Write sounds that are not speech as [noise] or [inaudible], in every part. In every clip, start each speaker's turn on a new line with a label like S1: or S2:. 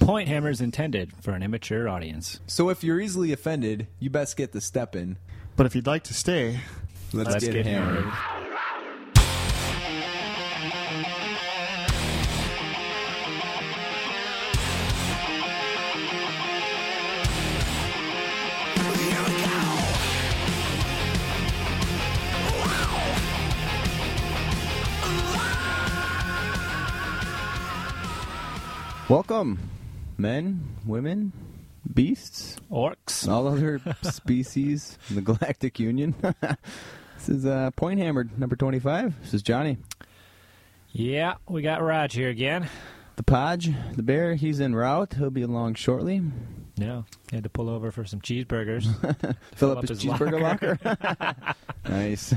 S1: Point Hammer is intended for an immature audience.
S2: So if you're easily offended, you best get the step in.
S3: But if you'd like to stay,
S2: Let's, get, hammered. Welcome, men, women, beasts,
S1: Orcs.
S2: all other [laughs] species in the Galactic Union. [laughs] this is uh, Point Hammered, number 25. This is Johnny.
S1: Yeah, we got Raj here again.
S2: The Podge, the bear, he's en route. He'll be along shortly.
S1: Yeah, he had to pull over for some
S2: [laughs]
S1: cheeseburgers.
S2: Fill
S1: up
S2: up his
S1: his
S2: cheeseburger locker. [laughs] nice.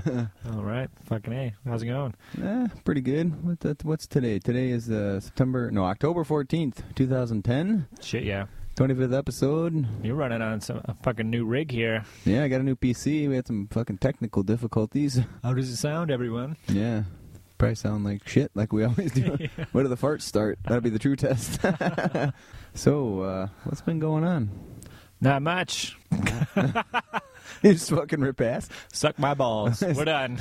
S1: all right, fucking a. How's it going?
S2: Eh, pretty good. What the, what's today? Today is uh, September, no, October 14th, 2010.
S1: Shit, yeah.
S2: 25th episode.
S1: You're running on some a fucking new rig here.
S2: Yeah, I got a new PC. We had some fucking technical difficulties. [laughs]
S1: How does it sound, everyone?
S2: Yeah. Probably sound like shit, like we [laughs] always do. Where do the farts start? That'll be the true [laughs] test. so, uh, what's been going on?
S1: Not much.
S2: [laughs] You just fucking rip [laughs] ass.
S1: Suck my
S2: [laughs]
S1: balls. We're done.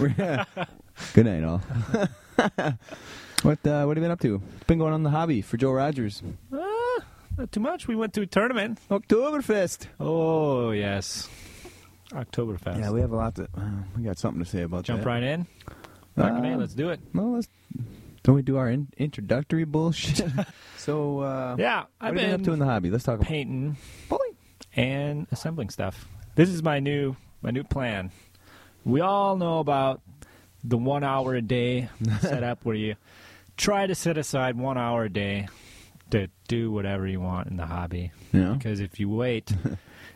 S2: Good night, all. [laughs] what uh, What have you been up to? What's been going on in the hobby for Joe Rogers?
S1: Ah, not too much. We went to a tournament.
S2: Oktoberfest.
S1: Oh yes, Oktoberfest.
S2: Yeah, we have a lot to. Uh, we got something to say about
S1: Jump
S2: that.
S1: right in. Fucking A,
S2: Um,
S1: let's do it.
S2: Well, let's. Don't we do our in- introductory [laughs] bullshit? so, uh,
S1: Yeah,
S2: what
S1: I've
S2: have you been up to in the hobby? Let's talk about
S1: painting and assembling stuff. This is my new my new plan. We all know about the one hour a
S2: [laughs]
S1: day setup where you try to set aside one hour a day to do whatever you want in the hobby.
S2: Yeah.
S1: Because if you wait,
S2: [laughs]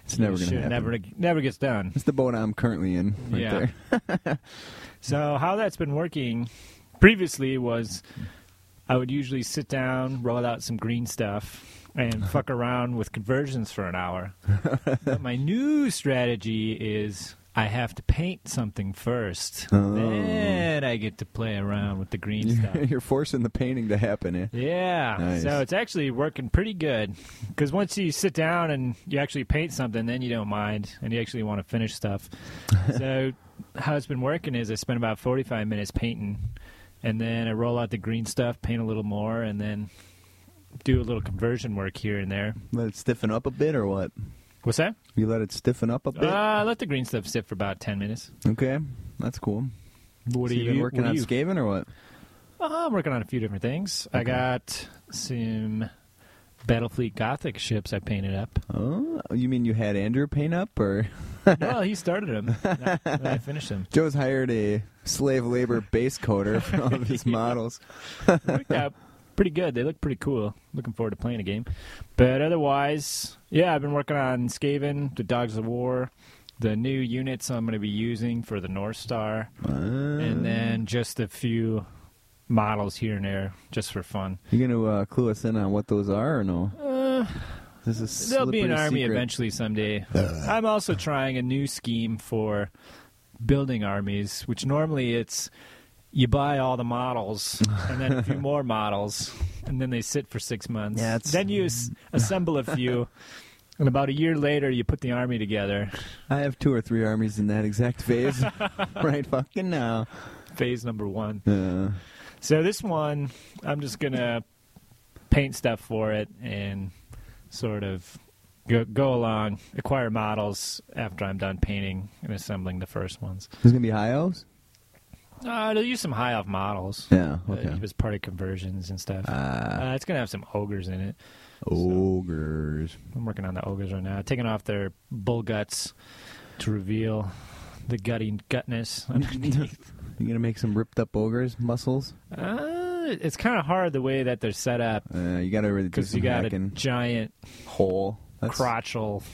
S2: It's never
S1: you
S2: going to
S1: should-
S2: happen.
S1: Never never gets done.
S2: It's the boat I'm currently in, right
S1: Yeah.
S2: there.
S1: So how that's been working previously was I would usually sit down, roll out some green stuff, and fuck around with conversions for an hour. but my new strategy is I have to paint something first.
S2: Oh.
S1: Then I get to play around with the
S2: [laughs]
S1: green stuff.
S2: You're forcing the painting to happen. Eh?
S1: Yeah.
S2: Nice.
S1: So it's actually working pretty good. Because once you sit down and you actually paint something, then you don't mind and you actually want to finish stuff. so how it's been working is I spend about 45 minutes painting and then I roll out the green stuff, paint a little more, and then do a little conversion work here and there.
S2: Let it stiffen up a bit, or what?
S1: What's that?
S2: You let it stiffen up a bit.
S1: Uh, I let the green stuff sit for about 10 minutes.
S2: okay, that's cool.
S1: What
S2: so
S1: are
S2: you
S1: you,
S2: been working
S1: what are
S2: on
S1: you
S2: Skaven or what?
S1: Uh, I'm working on a few different things. I got some Battlefleet Gothic ships I painted up.
S2: Oh, you mean you had Andrew paint up, or [laughs]
S1: well, he started him. I, I finished him.
S2: Joe's hired a slave labor
S1: [laughs]
S2: base coder for all of his models?
S1: Worked out pretty good. They look pretty cool. Looking forward to playing a game. But otherwise, yeah, I've been working on Skaven, the Dogs of War, the new units I'm going to be using for the North Star,
S2: Uh, Mm.
S1: and then just a few models here and there just for fun.
S2: you gonna uh, clue us in on what those are, or no?
S1: Uh,
S2: This is
S1: There'll be an
S2: slippery
S1: army
S2: secret. Uh.
S1: eventually someday. I'm also trying a new scheme for building armies, which normally it's you buy all the models and then a few more models, and then they sit for six months.
S2: Yeah, it's-
S1: then you s- assemble a few, and about a year later you put the army together.
S2: I have two or three armies in
S1: [laughs]
S2: that exact phase right fucking now.
S1: Phase number one.
S2: Uh,
S1: So this one, I'm just gonna paint stuff for it and sort of go, go along, acquire models after I'm done painting and assembling the first ones.
S2: there's gonna be high O's.
S1: Uh, they'll use some high off models.
S2: Yeah.
S1: uh,
S2: Okay.
S1: as part of conversions and stuff.
S2: Uh,
S1: Uh, it's gonna have some ogres in it.
S2: ogres.
S1: I'm working on the ogres right now, taking off their bull guts to reveal the gutting
S2: [laughs]
S1: gutness [laughs] underneath.
S2: You gonna make some ripped up ogres muscles?
S1: uh, it's kind of hard the way that they're set up
S2: Uh, you gotta really do
S1: because
S2: some
S1: you got a
S2: hacking.
S1: giant
S2: hole. That's-
S1: crotchal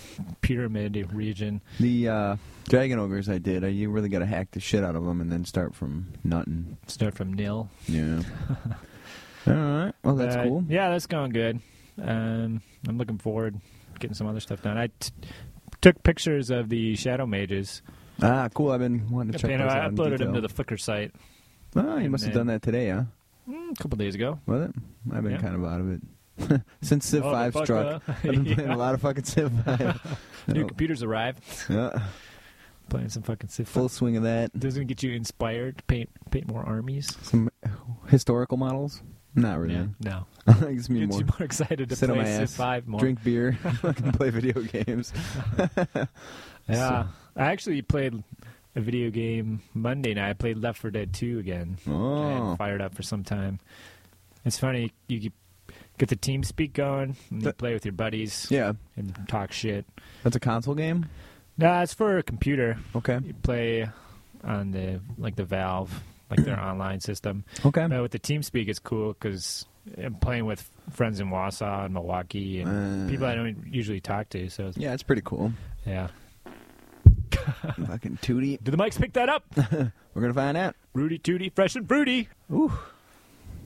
S1: pyramid region.
S2: The uh, dragon ogres I did. I, you really gotta hack the shit out of them and then start from nothing.
S1: Start from nil. [laughs]
S2: Yeah. All right. Well, Oh, that's
S1: Uh,
S2: cool.
S1: Yeah, that's going good. Um, I'm looking forward to getting some other stuff done. I t- took pictures of the shadow mages.
S2: Ah, cool. I've been wanting to check
S1: and
S2: those
S1: I
S2: out in
S1: uploaded them
S2: detail.
S1: to the Flickr site
S2: Oh, you
S1: and
S2: must have
S1: then-
S2: done that today, huh?
S1: mm, a couple days ago.
S2: Was it? I've been
S1: Yeah.
S2: kind of out of it. [laughs] Since Civ
S1: Oh, the
S2: 5's
S1: fuck
S2: struck.
S1: up.
S2: [laughs] I've been
S1: [laughs]
S2: playing
S1: Yeah.
S2: a lot of fucking Civ 5.
S1: New
S2: Oh,
S1: computers arrived.
S2: yeah,
S1: Playing some fucking Civ.
S2: full swing of that.
S1: Doesn't get you inspired to paint paint more armies.
S2: Some historical models? Not really. [laughs]
S1: Yeah, no.
S2: it gets me
S1: Gets
S2: more.
S1: you more [laughs] excited to
S2: Sit on
S1: play
S2: my
S1: Civ
S2: ass,
S1: Five more.
S2: Drink beer, [laughs] fucking play video games.
S1: yeah, I actually played a video game Monday night. I played Left 4 Dead 2 again. I
S2: Oh,
S1: hadn't fired up for some time. It's funny you get- get the team speak going and you
S2: That-
S1: play with your buddies
S2: yeah.
S1: and talk shit.
S2: That's a console game.
S1: No, it's for a computer.
S2: Okay.
S1: You play on the like the Valve, like
S2: [clears throat]
S1: their online system.
S2: Okay.
S1: But with the team speak, it's cool because I'm playing with friends in Wausau and Milwaukee and
S2: Uh.
S1: people I don't usually talk to. So it's-
S2: Yeah, it's pretty cool.
S1: [laughs] yeah.
S2: fucking tootie.
S1: Do the mics pick that up?
S2: We're gonna find out.
S1: Rudy Tooty, fresh and fruity.
S2: Ooh.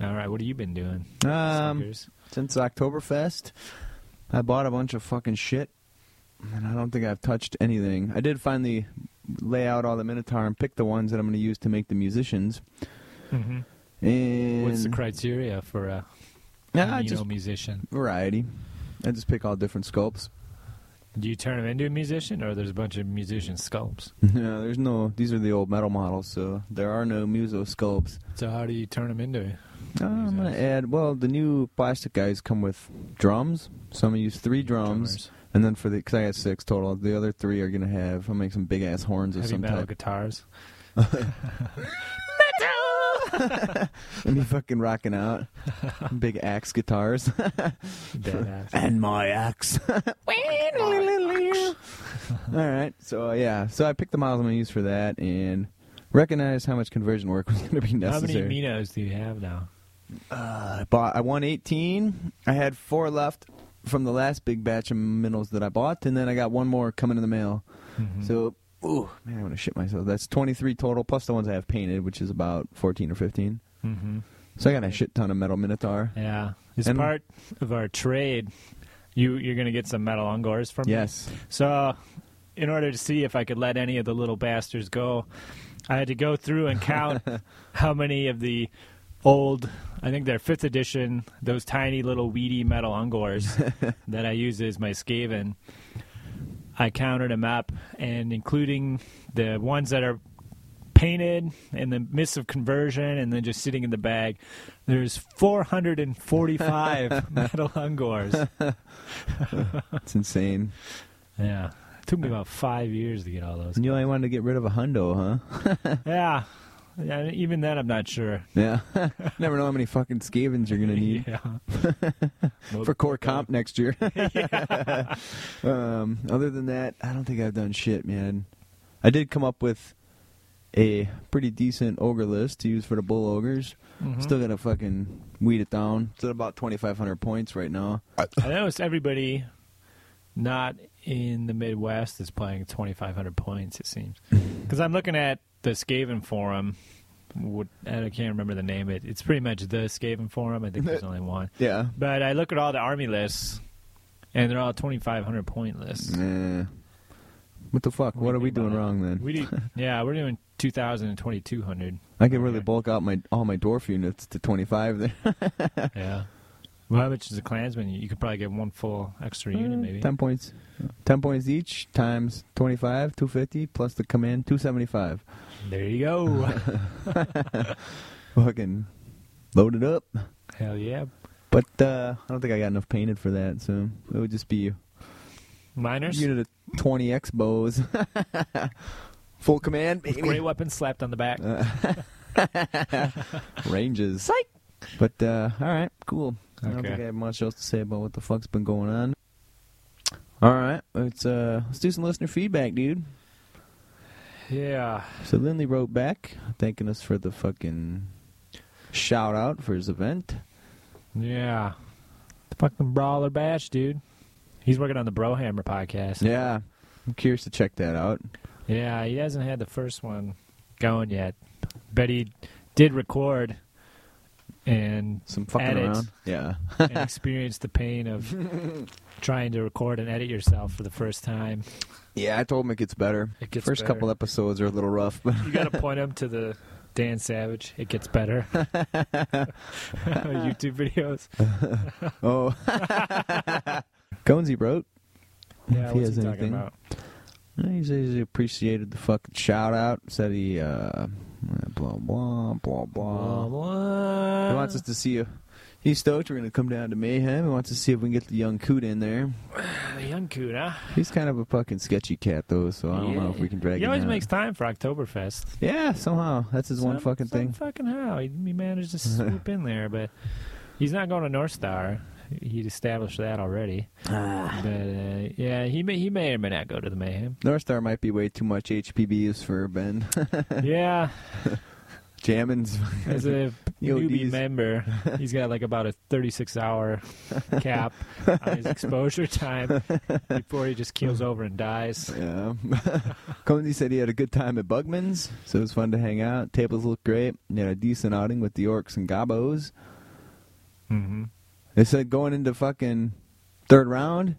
S1: All right, what have you been doing?
S2: Um,
S1: suckers?
S2: since Oktoberfest, I bought a bunch of fucking shit, and I don't think I've touched anything. I did finally lay out all the Minotaur and pick the ones that I'm gonna use to make the musicians.
S1: Mhm.
S2: And
S1: What's the criteria for a
S2: Nah, I
S1: you
S2: just
S1: know, musician?
S2: variety. I just pick all different sculpts.
S1: Do you turn them into a musician, or there's a bunch of musician sculpts?
S2: [laughs] Yeah, there's no. These are the old metal models, so there are no muso sculpts.
S1: So how do you turn them into?
S2: Uh, I'm gonna
S1: Musos.
S2: add. Well, the new plastic guys come with drums, so I'm gonna use three drums, and then for the because I got six total, the other three are gonna have. I'm gonna make some big ass horns of
S1: heavy
S2: some
S1: metal
S2: type.
S1: guitars.
S2: [laughs] and me fucking rocking out,
S1: [laughs]
S2: big axe guitars, [laughs]
S1: Badass.
S2: and my axe. [laughs] All right, so uh, yeah, so I picked the models I'm gonna use for that, and recognized how much conversion work was gonna be
S1: How
S2: necessary.
S1: many Minos do you have now?
S2: Uh, I bought. I won eighteen. I had four left from the last big batch of minnows that I bought, and then I got one more coming in the mail.
S1: Mhm.
S2: So, ooh, man, I'm gonna shit myself. That's twenty three total, plus the ones I have painted, which is about fourteen or fifteen.
S1: Mhm.
S2: So I got a shit ton of metal minotaur.
S1: yeah, it's
S2: Mm-hmm. And-
S1: part of our trade. You you're gonna get some metal ungors from me.
S2: Yes.
S1: So, in order to see if I could let any of the little bastards go, I had to go through and count how many of the old, I think they're fifth edition, those tiny little weedy metal ungors that I use as my scaven. I counted them up, and including the ones that are painted in the midst of conversion and then just sitting in the bag, there's 445 metal ungors.
S2: It's insane.
S1: Yeah. It took me about five years to get all those.
S2: [laughs] And you only wanted to get rid of a hundo, huh?
S1: Yeah. yeah even then, I'm not sure.
S2: Yeah. [laughs] Never know how many fucking scavens you're gonna need
S1: [laughs] Yeah.
S2: [laughs]
S1: [laughs]
S2: for core comp next year. [laughs]
S1: yeah.
S2: Um, other than that, I don't think I've done shit, man. I did come up with a pretty decent ogre list to use for the bull ogres.
S1: Mhm.
S2: Still gotta fucking weed it down. It's at about twenty five hundred points right now.
S1: I noticed everybody not in the Midwest is playing 2,500 points, it seems.
S2: [laughs]
S1: Because I'm looking at the Skaven Forum. What, and I can't remember the name. It It's pretty much the Skaven Forum. I think
S2: [laughs]
S1: there's only one.
S2: Yeah.
S1: But I look at all the army lists, and they're all 2,500 point lists.
S2: Nah. What the fuck?
S1: What do
S2: What
S1: you
S2: are we
S1: think about
S2: doing
S1: that?
S2: wrong then?
S1: We do,
S2: [laughs]
S1: yeah, we're doing 2,000 and 2,200.
S2: I could really bulk out my all my dwarf units to twenty five there.
S1: Yeah. Well, how much is a Klansman? You could probably get one full extra unit, maybe.
S2: [laughs] Ten points. Ten points each times twenty five, two fifty plus the command, two seventy five.
S1: There you go.
S2: [laughs] Fucking load it up.
S1: Hell yeah.
S2: But uh, I don't think I got enough painted for that, so it would just be a
S1: Miners,
S2: unit of 20 X bows. [laughs] Full command,
S1: with
S2: baby.
S1: great weapons slapped on the back.
S2: Uh, ranges. But, uh, alright, cool. I don't
S1: Okay.
S2: think I have much else to say about what the fuck's been going on. Alright, let's, uh, let's do some listener feedback, dude.
S1: Yeah.
S2: So Lindley wrote back, thanking us for the fucking shout out for his event.
S1: Yeah. The fucking Brawler Bash, dude. He's working on the Bro Hammer podcast.
S2: Yeah. I'm curious to check that out.
S1: Yeah, he hasn't had the first one going yet. But he did record and
S2: Some fucking
S1: Edit.
S2: around. Yeah. [laughs]
S1: and experienced the pain of trying to record and edit yourself for the first time.
S2: Yeah, I told him it gets better.
S1: It gets
S2: First
S1: better.
S2: couple episodes are a little rough, but [laughs]
S1: You got to point them to the Dan Savage. It gets
S2: [laughs]
S1: better. YouTube videos. [laughs]
S2: Oh, Gonzi wrote.
S1: Yeah,
S2: If he
S1: what's
S2: has
S1: he talking
S2: anything.
S1: about?
S2: He says he appreciated the fucking shout out. Said he uh, blah blah blah blah. He wants us to see if he's stoked. We're gonna come down to Mayhem. He wants to see if we can get the young coot in there.
S1: The young coot, huh?
S2: He's kind of a fucking sketchy cat though, so I don't know if we can drag
S1: He
S2: him.
S1: always
S2: out.
S1: makes time for Oktoberfest.
S2: Yeah, somehow that's his one
S1: Some-
S2: fucking
S1: some
S2: thing.
S1: Fucking how he, he managed
S2: [laughs]
S1: to swoop in there, but he's not going to North Star. He'd established that
S2: [sighs]
S1: already. But uh, yeah, he may he may or may not go to the mayhem.
S2: [laughs] North Star might be way too much HPBs for Ben. [laughs]
S1: yeah,
S2: Jammin's
S1: as a
S2: [laughs] Yo,
S1: newbie
S2: these- [laughs]
S1: member, he's got like about a 36 hour cap on his exposure time before he just
S2: [laughs]
S1: keels over and dies.
S2: Yeah. [laughs] Conesy said he had a good time at Bugman's, so it was fun to hang out. Tables looked great. He had a decent outing with the Orcs and Gobos.
S1: Mm-hmm.
S2: They said going into fucking third round,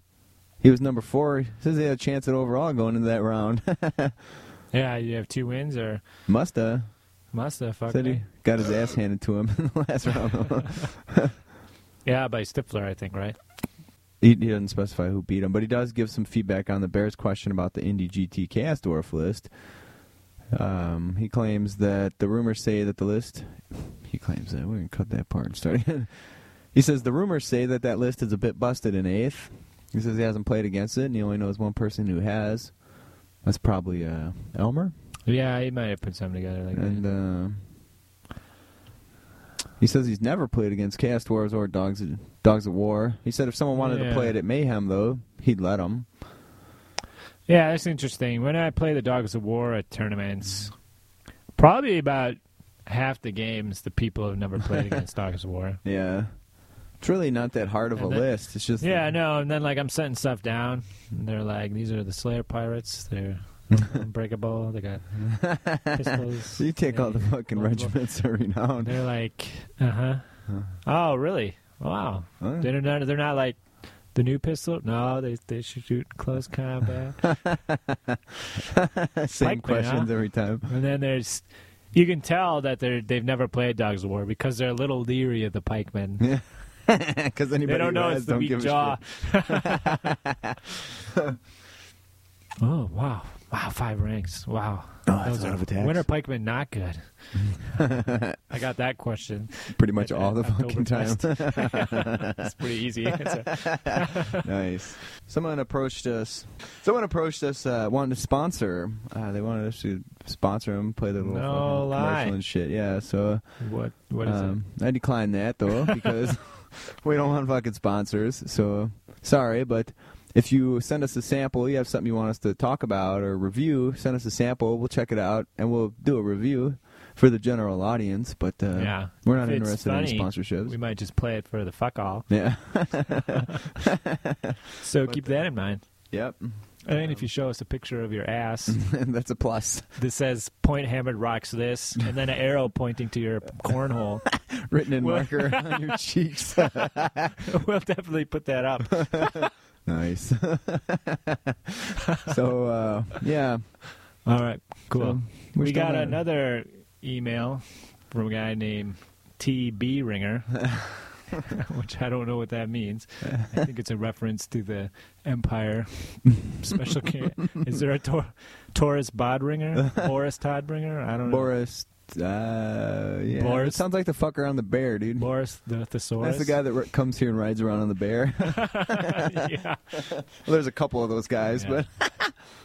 S2: he was number four. Says he had a chance at overall going into that round. [laughs]
S1: Yeah, you have two wins or
S2: Musta
S1: musta
S2: said
S1: fucking
S2: he got his ass handed to him [laughs] in the last round.
S1: yeah by Stifler, I think, right?
S2: he, he doesn't specify who beat him, but he does give some feedback on the Bears' question about the Indy GT Chaos Dwarf list. Um, he claims that the rumors say that the list. He claims that we're gonna cut that part and start again. [laughs] He says the rumors say that that list is a bit busted in eighth. He says he hasn't played against it, and he only knows one person who has. That's probably uh, Elmer.
S1: Yeah, he might have put something together like that.
S2: And uh, he says he's never played against Chaos Dwarves or Dogs Dogs of War. He said if someone wanted
S1: Yeah.
S2: to play it at Mayhem, though, he'd let him.
S1: Yeah, that's interesting. When I play the Dogs of War at tournaments, probably about half the games the people have never
S2: [laughs]
S1: played against Dogs of War.
S2: Yeah. It's really not that hard of a
S1: And that-
S2: list. It's just
S1: Yeah, I know. And then like I'm setting stuff down, and they're like, "These are the Slayer pirates.
S2: [laughs]
S1: They're unbreakable. They got pistols."
S2: [laughs] [laughs] You take all the
S1: They-
S2: fucking regiments every now [laughs] and
S1: They're like, "Uh huh." Oh, really? Wow.
S2: Huh?
S1: They're not. They're not like the new pistol. No, they they should shoot in close
S2: [laughs]
S1: combat.
S2: Same
S1: Like me, huh?
S2: questions every time. [laughs]
S1: And then there's, you can tell that they're they've never played Dogs of War because they're a little leery of the pikemen.
S2: [laughs] Because
S1: They
S2: anybody
S1: don't
S2: who
S1: know
S2: has
S1: it's the
S2: don't
S1: weak
S2: give a
S1: jaw.
S2: shit.
S1: [laughs] oh wow, wow, five ranks. Wow,
S2: Oh, that's
S1: Those
S2: a lot
S1: are-
S2: of attacks.
S1: When are pikemen not good? I got that question.
S2: [laughs] Pretty much all the fucking time.
S1: Oktoberfest. it's pretty easy
S2: [laughs]
S1: answer.
S2: nice. Someone approached us. Someone approached us uh, wanting to sponsor. Uh, they wanted us to sponsor them, play their little
S1: No
S2: fucking
S1: lie.
S2: commercial and shit. Yeah. So
S1: What what is
S2: um, I declined
S1: [laughs]
S2: that though because we don't want fucking sponsors. So sorry, but if you send us a sample, you have something you want us to talk about or review. Send us a sample. We'll check it out and we'll do a review for the general audience. But uh,
S1: it? yeah,
S2: we're not
S1: If it's
S2: interested
S1: funny,
S2: in sponsorships.
S1: We might just play it for the fuck all.
S2: yeah. [laughs]
S1: So
S2: But,
S1: keep that in mind.
S2: yep. [laughs]
S1: And if you show us a picture of your ass
S2: That's a plus.
S1: that says "Point Hammered Rocks this," and then an arrow pointing to your
S2: [laughs]
S1: cornhole, [laughs]
S2: written in
S1: Well-
S2: marker [laughs] on your
S1: [laughs]
S2: cheeks.
S1: we'll definitely put that up.
S2: nice. so uh, yeah,
S1: All right, cool.
S2: So, we're
S1: we
S2: still
S1: got
S2: not-
S1: another email from a guy named TB Ringer, [laughs] which I don't know what that means. I think it's a reference to the Empire Special
S2: [laughs]
S1: Care. Is there a Tor- Taurus Bodringer? Boris Todbringer? I don't know.
S2: Boris. Uh, yeah,
S1: Boris.
S2: It sounds like the fucker on the bear, dude.
S1: Boris the Thesaurus.
S2: That's the
S1: [laughs]
S2: guy that r- comes here and rides around on the bear. [laughs] well,
S1: yeah.
S2: there's a couple of those guys,
S1: Yeah.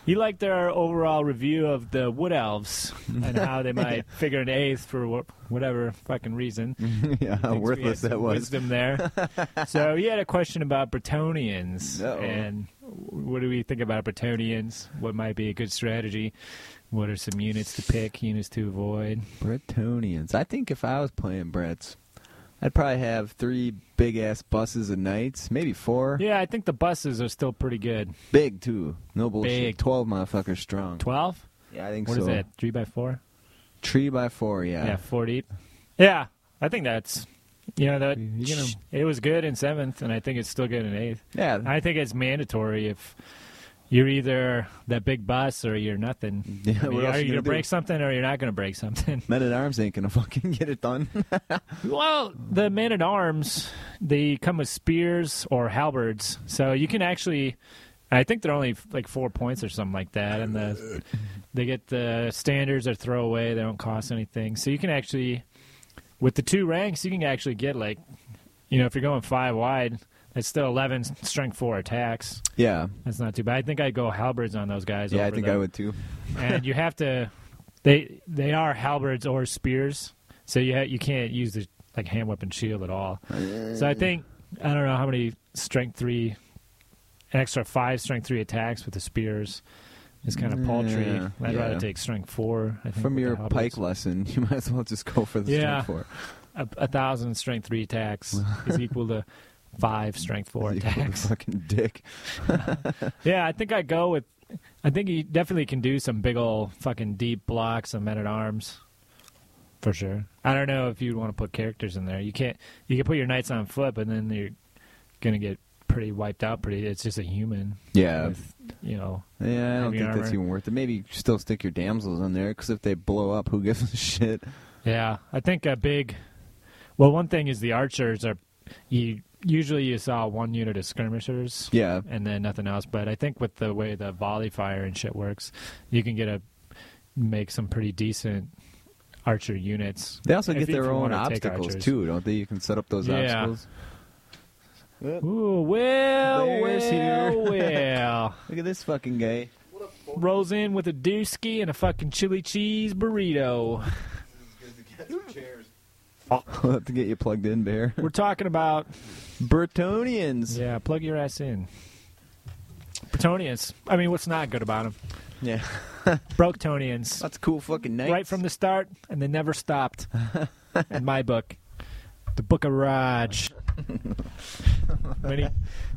S1: He liked our overall review of the Wood Elves and how they
S2: [laughs]
S1: might figure an eighth for wh- whatever fucking reason.
S2: but [laughs] yeah, how
S1: Thinks we
S2: worthless
S1: had
S2: that
S1: some
S2: was.
S1: Wisdom
S2: [laughs]
S1: there. so he had a question about Bretonians
S2: Uh-oh.
S1: and what do we think about Bretonians? What might be a good strategy? What are some units to pick? Units to avoid?
S2: Bretonians. I think if I was playing Brett's, I'd probably have three big ass buses and knights, maybe four.
S1: Yeah, I think the buses are still pretty good.
S2: Big too. No bullshit.
S1: Big.
S2: Twelve motherfuckers strong.
S1: Twelve?
S2: Yeah, I think
S1: What is
S2: so.
S1: that? Three by four?
S2: Tree by four, yeah.
S1: Yeah, four deep. Yeah, I think that's. You know that
S2: You're gonna-
S1: it was good in seventh, and I think it's still good in eighth.
S2: Yeah.
S1: I think it's mandatory if You're either that big boss or you're nothing.
S2: [laughs] Yeah,
S1: I mean,
S2: what else
S1: are
S2: you
S1: you
S2: gonna
S1: going to break
S2: do?
S1: something or you're not going to break something? [laughs]
S2: Men at Arms ain't gonna [laughs] fucking get it done.
S1: Well, the men at arms, they come with spears or halberds. So you can actually, I think they're only like four points or something like that. And
S2: [laughs]
S1: the, they get the standards or throwaway, they don't cost anything. So you can actually, with the two ranks, you can actually get like, you know, if you're going five wide, that's still 11 strength four attacks.
S2: [laughs] yeah,
S1: That's not too bad. I think I'd go halberds on those guys.
S2: yeah, I
S1: over
S2: think
S1: the-
S2: I would [laughs] too.
S1: and you have to they they are halberds or spears so you ha- you can't use the like hand weapon shield at all so
S2: Mm-hmm.
S1: i think i don't know how many strength three an extra five strength three attacks with the spears is kind of paltry
S2: Yeah,
S1: i'd
S2: yeah.
S1: rather take strength four I think,
S2: From
S1: with
S2: your
S1: the halberds.
S2: pike lesson, [laughs] you might as well just go for the
S1: Yeah.
S2: strength four.
S1: a, a thousand strength three
S2: [laughs]
S1: attacks is equal to five strength four
S2: You little
S1: attacks
S2: [laughs] Fucking dick.
S1: Yeah, I think I go with. I think you definitely can do some big old fucking deep blocks and men at arms, for sure. I don't know if you want to put characters in there. You can't. You can put your knights on foot, but then you're gonna get pretty wiped out. Pretty. It's just a human.
S2: Yeah,
S1: with, you know.
S2: yeah. I don't
S1: heavy
S2: think that's
S1: armor.
S2: even worth it. Maybe you still stick your damsels in there because if they blow up, who gives a shit?
S1: Yeah, I think a big. Well, one thing is the archers are. You usually you saw one unit of skirmishers.
S2: Yeah,
S1: and then nothing else. But I think with the way the volley fire and shit works, you can get a make some pretty decent archer units.
S2: they also
S1: If-
S2: get
S1: if
S2: their
S1: you
S2: own
S1: wanna take
S2: obstacles
S1: archers.
S2: too, don't they? You can set up those
S1: Yeah.
S2: obstacles.
S1: Ooh, well,
S2: There's
S1: well,
S2: here.
S1: well.
S2: Look at this fucking guy.
S1: Rolls in with a dooski and a fucking chili cheese burrito.
S2: [laughs] I'll have to get you plugged in, Bear. [laughs]
S1: We're talking about
S2: Burtonians.
S1: yeah, plug your ass in. Bretonians. I mean, what's not good about them?
S2: Yeah. [laughs]
S1: Broctonians.
S2: That's cool fucking night.
S1: right from the start, and they never stopped. in my book, the Book of
S2: [laughs]
S1: Raj. many,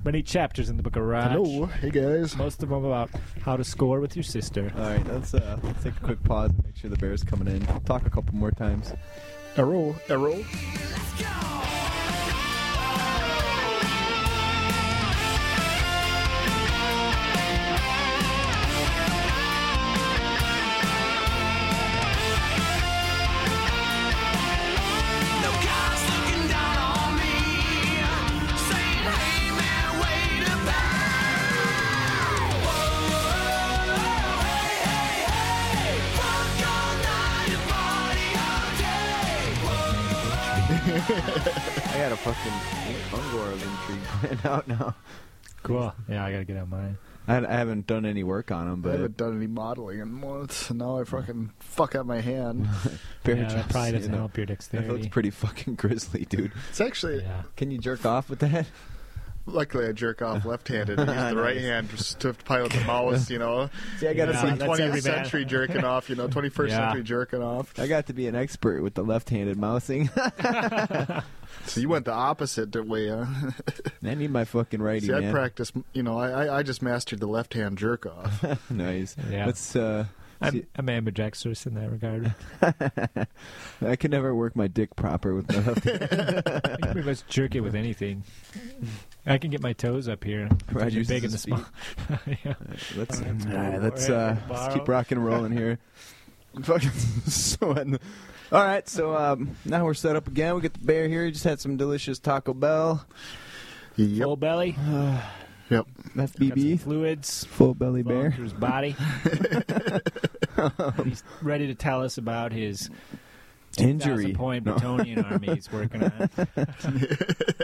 S1: many chapters in the Book of Raj.
S3: Hello, hey guys.
S1: Most of them about how to score with your sister.
S2: All right, let's uh, let's take a quick pause and make sure the bear's coming in. Talk a couple more times.
S3: Arrow, arrow.
S4: No God's looking down on me, saying, "Hey man, wait a minute." Whoa, hey, hey, hey, fuck all night and party all day.
S2: I got a fucking Ungor of intrigue planned out now.
S1: Cool. Yeah, I gotta get on mine.
S2: I, I haven't done any work on them,
S3: I
S2: but
S3: haven't done any modeling in months, and now I fucking fuck up my hand.
S2: bear
S1: yeah, that
S2: just,
S1: probably
S2: you
S1: doesn't
S2: know,
S1: help your
S2: That looks
S1: dexterity.
S2: pretty fucking [laughs] grisly, dude.
S3: It's actually,
S1: yeah.
S2: Can you jerk off with [laughs] that?
S3: luckily, I jerk off left-handed. I use the
S2: Nice.
S3: right hand just to pilot the mouse. You know,
S2: See, I got
S1: Yeah,
S3: that's like
S1: that's every
S3: 20th
S1: man.
S3: century jerking off. You know, 21st
S1: Yeah.
S3: century jerking off.
S2: I got to be an expert with the left-handed mousing. [laughs]
S3: So you went the opposite way. Huh? [laughs]
S2: I need my fucking righty,
S3: See, I
S2: man.
S3: practiced. You know, I, I I just mastered the left-hand jerk
S2: [laughs]
S3: off.
S2: nice.
S1: Yeah.
S2: Let's. Uh, [laughs]
S1: I'm,
S2: see-
S1: I'm ambidextrous in that regard. [laughs]
S2: I can never work my dick proper with my left hand.
S1: I
S2: [laughs]
S1: can pretty much jerk it with anything. I can get my toes up here.
S2: Right,
S1: They're
S2: uses
S1: big and the
S2: his
S1: small. [laughs] yeah.
S2: Uh,
S1: Alright,
S2: Let's, Alright, let's,
S1: tomorrow.
S2: uh,
S1: Alright,
S2: let's
S1: tomorrow.
S2: keep rocking and rolling
S1: [laughs]
S2: here. [laughs] I'm fucking sweating. All right, so um, now we're set up again. We get the bear here. Just had some delicious
S1: [sighs]
S2: Taco Bell.
S3: Yep.
S1: Full belly.
S3: Yep.
S1: got some
S2: FBB.
S1: Fluids.
S2: Full belly
S1: flowing
S2: bear.
S1: through his body.
S2: [laughs]
S1: he's ready to tell us about his
S2: Injury.
S1: Point
S2: No.
S1: Bretonian
S2: [laughs]
S1: army he's working on.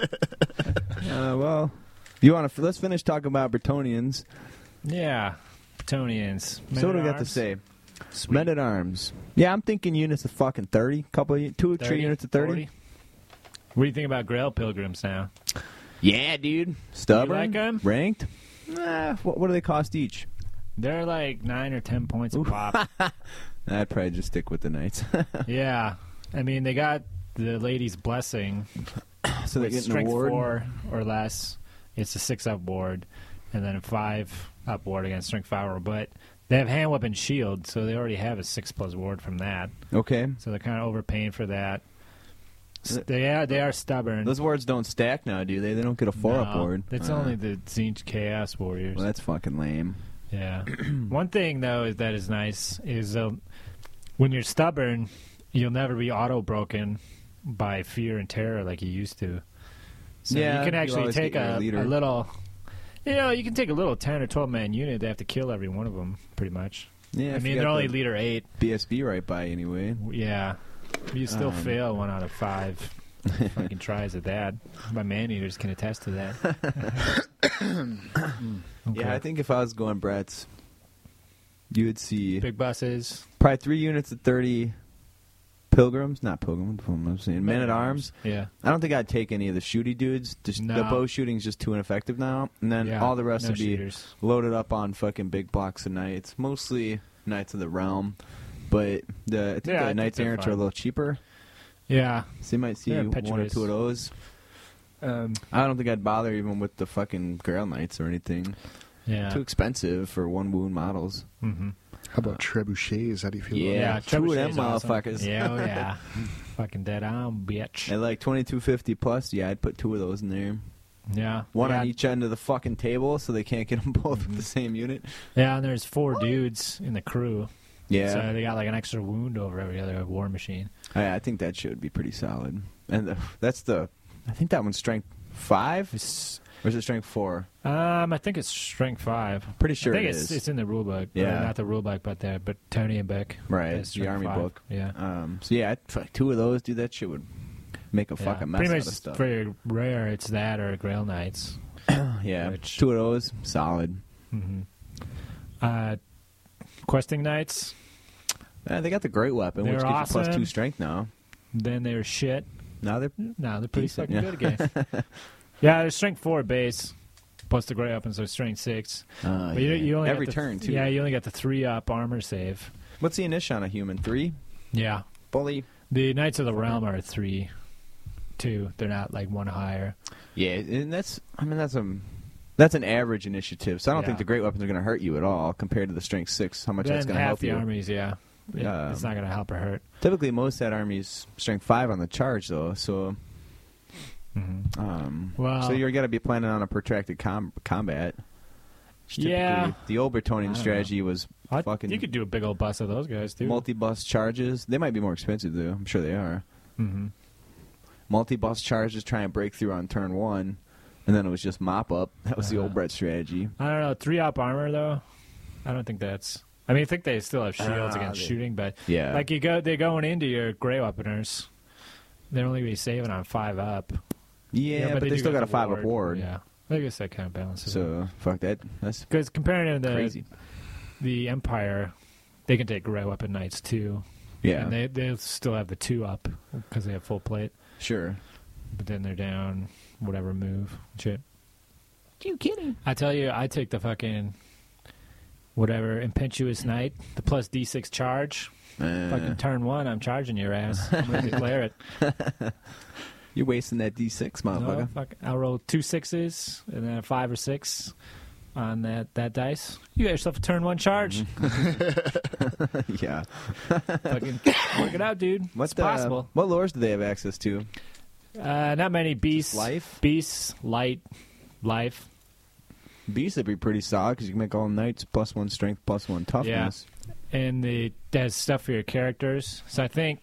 S2: Uh, well, you want to? Let's finish talking about Bretonians.
S1: Yeah, Bretonians. Men
S2: so what do
S1: at
S2: we got to
S1: arms?
S2: say?
S1: Sweet.
S2: Men at arms. Yeah, I'm thinking units of fucking thirty. Couple, of, two, or
S1: 30,
S2: three units of thirty.
S1: 40? What do you think about Grail Pilgrims now?
S2: Yeah, dude. Stubborn.
S1: You like 'em?
S2: Ranked. Nah, what, what do they cost each?
S1: They're like nine or ten points a
S2: [laughs]
S1: pop.
S2: I'd probably just stick with the knights.
S1: yeah, I mean they got the lady's blessing.
S2: so they
S1: with
S2: get an
S1: strength
S2: award.
S1: four or less. It's a six up ward, and then a five up ward against strength five. Or, but they have hand weapon shield, so they already have a six plus ward from that.
S2: Okay.
S1: So they're kind of overpaying for that. S- They are they are stubborn.
S2: Those wards don't stack now, do they? They don't get a four up
S1: No,
S2: ward.
S1: That's
S2: Uh,
S1: only the Zinch Chaos Warriors.
S2: Well, that's fucking lame. [clears throat]
S1: Yeah. One thing though is that is nice is um, when you're stubborn, you'll never be auto broken by fear and terror like you used to. So
S2: Yeah,
S1: you can
S2: you
S1: actually
S2: always
S1: take
S2: get your
S1: a,
S2: leader.
S1: a little. You know, you can take a little ten or twelve man unit. They have to kill every one of them, pretty much.
S2: Yeah,
S1: I
S2: if you
S1: mean,
S2: got
S1: they're only
S2: the
S1: leader eight.
S2: BSB right by anyway.
S1: Yeah, you still
S2: Um,
S1: fail one out of
S2: [laughs]
S1: five. fucking tries at that. My man eaters can attest to that.
S2: [coughs]
S1: [coughs]
S2: Yeah, I think if I was going Brett's, you would see
S1: big buses,
S2: probably three units of 30 pilgrims, not pilgrims, what I'm saying, men at arms.
S1: Yeah,
S2: I don't think I'd take any of the shooty dudes. Just The
S1: No.
S2: bow shooting's just too ineffective now. And then
S1: yeah,
S2: all the rest
S1: no
S2: would be
S1: shooters.
S2: loaded up on fucking big blocks of knights, mostly Knights of the Realm. But the, I think
S1: Yeah, I
S2: the
S1: think
S2: Knights
S1: they're
S2: Errant are
S1: fine.
S2: a little cheaper,
S1: Yeah,
S2: so you might see
S1: They're
S2: one or
S1: impetuous.
S2: two of those.
S1: um,
S2: I don't think I'd bother even with the fucking Grail Knights or anything.
S1: yeah.
S2: Too expensive for one wound models.
S1: mm-hmm.
S3: How about trebuchets? How do you feel
S2: Yeah.
S3: about
S2: two of them
S1: trebuchet's awesome.
S2: motherfuckers.
S1: Yeah, oh
S2: [laughs]
S1: yeah, fucking dead on, bitch.
S2: At like twenty two fifty plus, yeah, I'd put two of those in there.
S1: Yeah,
S2: One
S1: yeah. Mm-hmm.
S2: on each end of the fucking table, so they can't get them [laughs] both with the same unit.
S1: Yeah, and there's four dudes in the crew.
S2: Yeah,
S1: so they got like an extra wound over every other war machine.
S2: I, I think that shit would be pretty solid. And the, that's the, I think that one's strength five
S1: It's,
S2: or is it strength four?
S1: um, I think it's strength five.
S2: Pretty sure
S1: I think
S2: it
S1: it's
S2: is.
S1: it's in the rule book.
S2: Yeah.
S1: Uh, not the rule book, but the but Tony and Beck.
S2: Right,
S1: has
S2: it's the
S1: strength
S2: army book.
S1: Yeah.
S2: um, so yeah, I'd, fuck, two of those, dude. That shit would make a
S1: Yeah.
S2: fucking mess
S1: Pretty
S2: out
S1: much
S2: of stuff.
S1: very rare. It's that or Grail Knights.
S2: yeah,
S1: rich.
S2: two of those, solid.
S1: hmm Uh, questing Knights.
S2: Uh, they got the great weapon, which
S1: They're
S2: gives you plus
S1: awesome.
S2: two strength now.
S1: Then there's shit.
S2: Now they're
S1: No, they're pretty
S2: Decent,
S1: fucking good
S2: [laughs]
S1: again. yeah, there's strength four base, plus the great weapons, so strength six.
S2: uh,
S1: But you,
S2: yeah.
S1: you only
S2: every
S1: got the,
S2: turn too.
S1: Yeah, you only got the three up armor save.
S2: What's the initial on a human? Three.
S1: Yeah,
S2: Bully.
S1: the knights of the realm are three, two. They're not like one higher.
S2: Yeah, and that's I mean that's a that's an average initiative. So I don't
S1: Yeah.
S2: think the great weapons are going to hurt you at all compared to the strength six. How much
S1: then
S2: that's going to
S1: half
S2: help
S1: the
S2: you? Um,
S1: armies, yeah, It-
S2: Yeah.
S1: it's not gonna help or hurt.
S2: Typically, most that armies strength five on the charge though. So
S1: hmm
S2: um,
S1: Well-
S2: so you're going to be planning on a protracted com- combat. Which typically-
S1: Yeah.
S2: the old
S1: I don't
S2: Bretonian
S1: know.
S2: strategy was
S1: I-
S2: fucking
S1: you could do a big old bus of those guys too.
S2: multi-bus charges. They might be more expensive though. I'm sure they are.
S1: hmm
S2: Multi-bus charges try and break through on turn one, and then it was just mop up. That was the
S1: Uh-huh.
S2: old Brett strategy.
S1: I don't know. Three up armor though. I don't think that's. I mean, I think they still have shields
S2: Ah,
S1: against
S2: they-
S1: shooting, but
S2: Yeah,
S1: Like you go, they're going into your gray weaponers. They're only gonna be saving on five up.
S2: yeah, but, they,
S1: do
S2: still got a
S1: the
S2: five up ward.
S1: Yeah, I guess that kind of balances. So
S2: So fuck that. That's
S1: because comparing to the
S2: crazy.
S1: the empire, they can take gray weapon knights too.
S2: Yeah,
S1: and they they still have the two up because they have full plate,
S2: sure.
S1: but then they're down whatever move shit.
S2: You kidding?
S1: I tell you, I take the fucking whatever impetuous knight, the plus d six charge. Fucking turn one, I'm charging your ass.
S2: [laughs]
S1: I'm gonna declare it.
S2: you're wasting that D6, motherfucker.
S1: No, fuck. I roll two sixes and then a five or six on that, that dice. You got yourself a turn one charge.
S2: Mm-hmm. [laughs]
S1: [laughs]
S2: yeah.
S1: Fucking work it out, dude.
S2: What
S1: it's
S2: the-
S1: possible.
S2: uh, What lures do they have access to?
S1: Uh, not many beasts.
S2: Life.
S1: Beasts, light, life.
S2: Beast would be pretty solid because you can make all knights plus one strength plus one toughness.
S1: And the there's stuff for your characters. So I think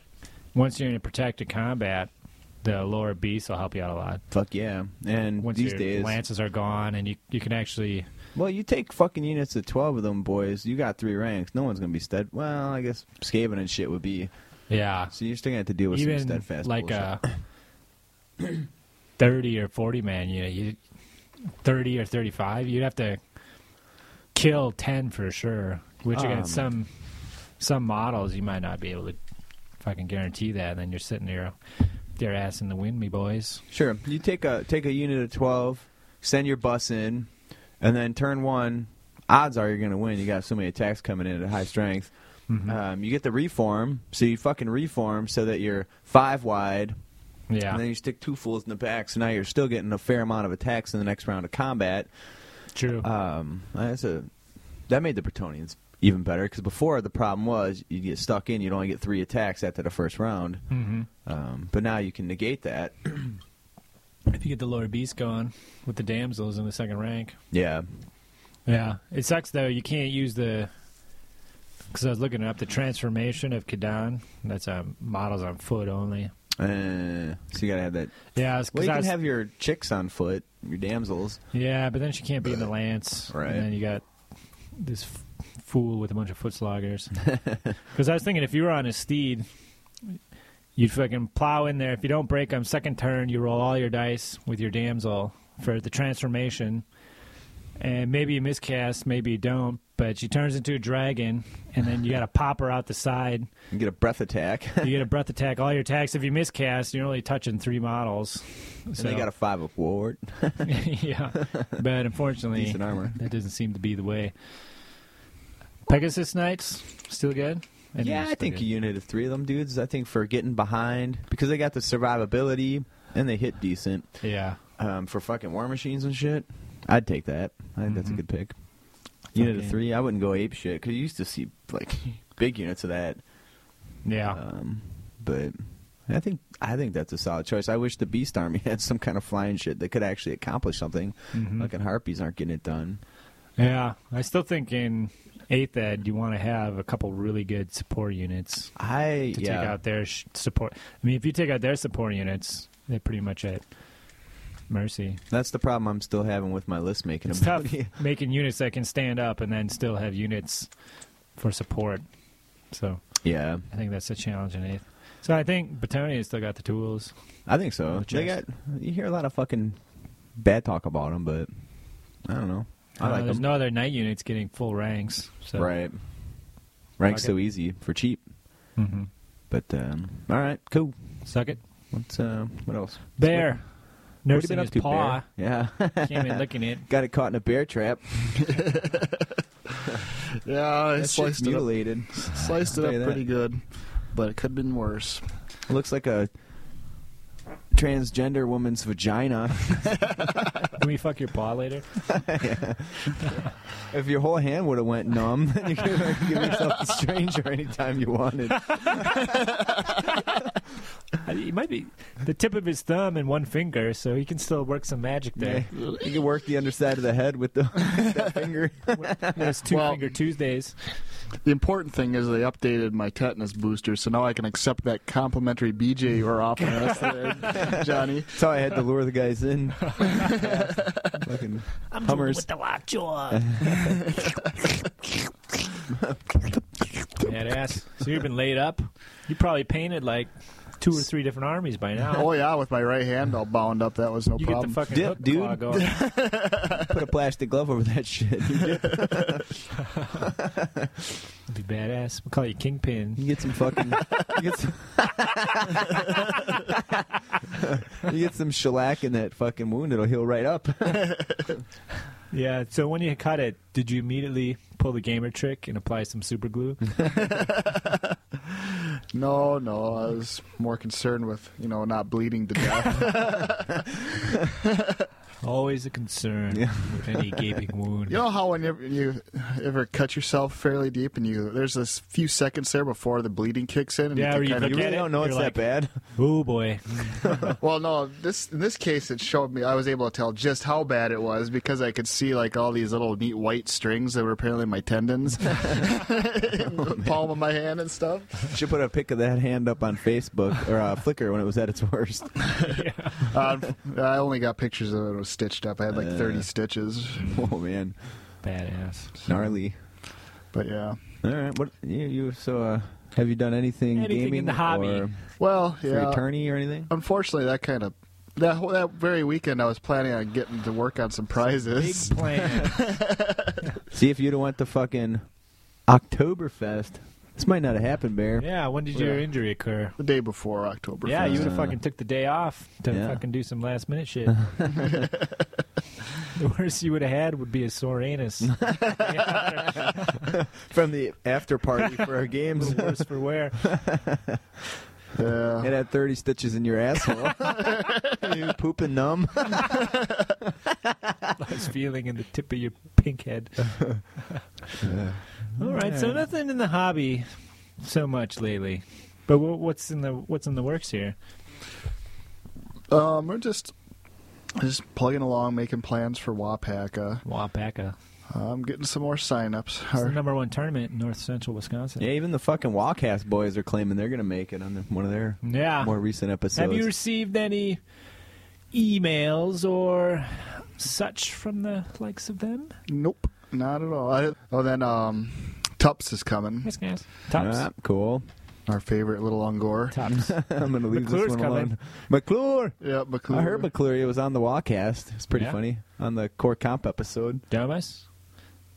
S1: once you're in a protected combat, the lower beasts will help you out a lot.
S2: Fuck yeah! And
S1: Once
S2: these
S1: your
S2: days,
S1: lances are gone and you, you can actually
S2: well, you take fucking units of twelve of them boys. You got three ranks. No one's gonna be stead. Well, I guess Skaven and shit would be.
S1: Yeah.
S2: So you're still gonna have to deal with
S1: even
S2: some steadfast
S1: like uh,
S2: bullshit.
S1: a 30 or 40 man unit you 30 or 35 you'd have to kill 10 for sure which
S2: Um,
S1: against some some models you might not be able to fucking guarantee that and then you're sitting there their ass in the wind me boys
S2: Sure. You take a take a unit of twelve, send your bus in, and then turn one. Odds are you're going to win. You got so many attacks coming in at high strength. Um, you get the reform, so you fucking reform so that you're five wide,
S1: yeah
S2: and then you stick two fools in the back. So now you're still getting a fair amount of attacks in the next round of combat.
S1: true
S2: Um, that's a that made the Bretonians even better because before the problem was you get stuck in, you'd only get three attacks after the first round.
S1: hmm
S2: Um, but now you can negate that.
S1: if you get the lower beast going with the damsels in the second rank
S2: Yeah,
S1: then Yeah, it sucks though. You can't use the because I was looking up the transformation of Kadan. That's uh, models on foot only.
S2: Uh, so you gotta have that.
S1: Yeah, I was- 'cause
S2: Well, you
S1: I
S2: can
S1: was-
S2: have your chicks on foot, your damsels.
S1: yeah, but then she can't be in the lance.
S2: Right.
S1: And then you got this f- fool with a bunch of foot
S2: [laughs]
S1: sloggers. Because I was thinking, if you were on a steed, you'd fucking plow in there. If you don't break them, second turn, you roll all your dice with your damsel for the transformation. And maybe you miscast, maybe you don't, but she turns into a dragon, and then
S2: [laughs]
S1: you got to pop her out the side.
S2: You get a breath attack, [laughs]
S1: You get a breath attack. All your attacks, if you miscast, you're only touching three models.
S2: and they got a five up ward.
S1: [laughs] yeah, but unfortunately,
S2: Decent armor.
S1: that doesn't seem to be the way. Pegasus Knights still good. think
S2: yeah,
S1: it's
S2: I
S1: still
S2: think a
S1: good.
S2: unit of three of them dudes. I think for getting behind because they got the survivability and they hit decent
S1: yeah,
S2: um, for fucking war machines and shit. I'd take that. I think that's a
S1: Mhm.
S2: good pick. Unit
S1: Okay.
S2: of three, I wouldn't go ape shit because you used to see like [laughs] big units of that.
S1: yeah.
S2: Um, but I think I think that's a solid choice. I wish the Beast Army [laughs] had some kind of flying shit that could actually accomplish something.
S1: Mhm.
S2: Fucking harpies aren't getting it done.
S1: Yeah, I still think in eighth ed you want to have a couple really good support units
S2: I
S1: to
S2: yeah.
S1: take out their sh- support. I mean, if you take out their support units, they're pretty much at mercy.
S2: That's the problem I'm still having with my list making.
S1: It's tough
S2: ability.
S1: making units that can stand up and then still have units for support. So
S2: [laughs] yeah,
S1: I think that's a challenge in eighth. So I think Batonia's still got the tools.
S2: I think so.
S1: Which
S2: They got
S1: is-
S2: you hear a lot of fucking bad talk about them, but I don't know. I
S1: Uh,
S2: like
S1: there's
S2: them.
S1: no other knight units getting full ranks. So.
S2: right. Ranks
S1: Fuck
S2: so easy for cheap.
S1: hmm
S2: But um, all right, cool.
S1: Suck it.
S2: What's uh, what else?
S1: Bear.
S2: What have you
S1: Nursing
S2: been up
S1: his
S2: to,
S1: paw.
S2: Bear? Yeah, [laughs]
S1: [laughs] Came in licking it.
S2: got it caught in a bear trap.
S1: [laughs]
S3: Yeah, I
S2: That shit's
S3: sliced it, up,
S2: mutilated.
S3: sliced it
S2: Tell you
S3: up
S2: that.
S3: pretty good, but it could have been worse.
S2: Looks like a transgender
S1: [laughs]
S2: woman's vagina.
S1: Can we fuck your paw
S2: [laughs]
S1: later?
S2: if your whole hand would have went numb, [laughs] then you could have given yourself a stranger anytime you wanted.
S1: I mean, He might be the tip of his thumb and one finger, so he can still work some magic
S2: Yeah.
S1: there.
S2: You can work the underside of the head with the [laughs] that finger.
S1: Those
S2: [laughs]
S1: two
S3: Well-
S1: finger Tuesdays.
S3: The important thing is they updated my tetanus booster, so now I can accept that complimentary BJ you were
S1: [laughs]
S3: offering us there, Johnny.
S2: That's how I had to lure the guys in. Fucking Hummers.
S1: the
S2: [laughs]
S1: lockjaw. Badass. So you've been laid up. You probably painted like two or three different armies by
S2: [laughs]
S1: now.
S3: Oh yeah, with my right hand all bound up, that was no
S1: you get the
S3: problem.
S1: fucking
S2: Dip,
S1: hook
S2: dude.
S1: claw
S2: [laughs]
S1: going.
S2: Put a plastic glove over that shit. You get,
S1: Be badass. We'll call you Kingpin.
S2: you get some fucking. You get some, [laughs] you get some shellac in that fucking wound. It'll heal right up.
S1: Yeah. So when you cut it, did you immediately pull the gamer trick and apply some super
S2: [laughs]
S1: glue?
S3: no, no, I was more concerned with you know not bleeding to
S1: [laughs]
S3: death.
S1: Always a concern
S2: Yeah.
S1: with
S2: [laughs]
S1: any gaping wound.
S3: you know how when you, you ever cut yourself fairly deep and you there's this few seconds there before the bleeding kicks in. And
S1: Yeah,
S3: you
S1: or
S3: can
S1: you
S3: kind of
S2: You
S1: Get
S2: really
S1: it?
S2: don't know it's
S1: You're
S2: that bad.
S1: Oh boy.
S3: Well, no. This in this case, it showed me I was able to tell just how bad it was because I could see like all these little neat white strings that were apparently my tendons, in
S1: Oh,
S3: the palm of my hand and stuff.
S2: Should put a pic of that hand up on Facebook or uh, Flickr when it was at its worst. [laughs]
S3: Uh, I only got pictures of it. It was stitched up. I had like
S2: Uh.
S3: thirty stitches,
S2: Oh man,
S1: Badass.
S2: gnarly.
S3: but yeah.
S2: All right, what you, you so uh, have you done anything,
S1: Anything in
S2: gaming
S1: the hobby.
S2: or
S3: Well,
S2: for your
S3: yeah.
S2: attorney or anything?
S3: Unfortunately, that kind of that whole- that very weekend I was planning on getting to work on some
S1: Big
S2: [laughs]
S3: prizes.
S1: plan.
S2: See if you'd have went to fucking Oktoberfest. This might not have happened, Bear.
S1: yeah. When did your
S3: Yeah.
S1: injury occur?
S3: The day before October.
S1: Yeah, you would
S2: Uh,
S1: have fucking took the day off to
S2: yeah.
S1: fucking do some last minute
S2: [laughs]
S1: shit. [laughs] the worst you would have had would be a sore
S2: [laughs]
S1: anus.
S2: From the after party for our games, [laughs] it
S1: worse for wear.
S3: Yeah.
S2: had 30 stitches in your [laughs] asshole. you pooping numb.
S1: Nice feeling in the tip of your pink
S2: [laughs]
S1: head. All right, so nothing in the hobby so much lately. But wh- what's in the what's in the works here?
S3: Um, we're just just plugging along, making plans for Wapaka.
S1: Wapaka.
S3: I'm getting some more signups.
S1: It's the
S3: Our-
S1: number one tournament in North Central Wisconsin.
S2: Yeah, even the fucking Walkass boys are claiming they're gonna make it on the, one of their
S1: Yeah.
S2: more recent episodes.
S1: Have you received any emails or such from the likes of them?
S3: Nope, not at all. I, oh, then um, Tups is coming.
S1: Yes, guys. Tops.
S2: Ah, cool. [laughs]
S3: Our favorite little Ungor.
S1: Tops.
S2: I'm gonna leave
S1: McClure's
S2: this one
S1: coming.
S2: alone. McClure.
S3: Yeah, McClure.
S2: I heard McClure. It was on the Walkcast. It's pretty
S1: Yeah.
S2: funny on the Core Comp episode.
S1: Domus.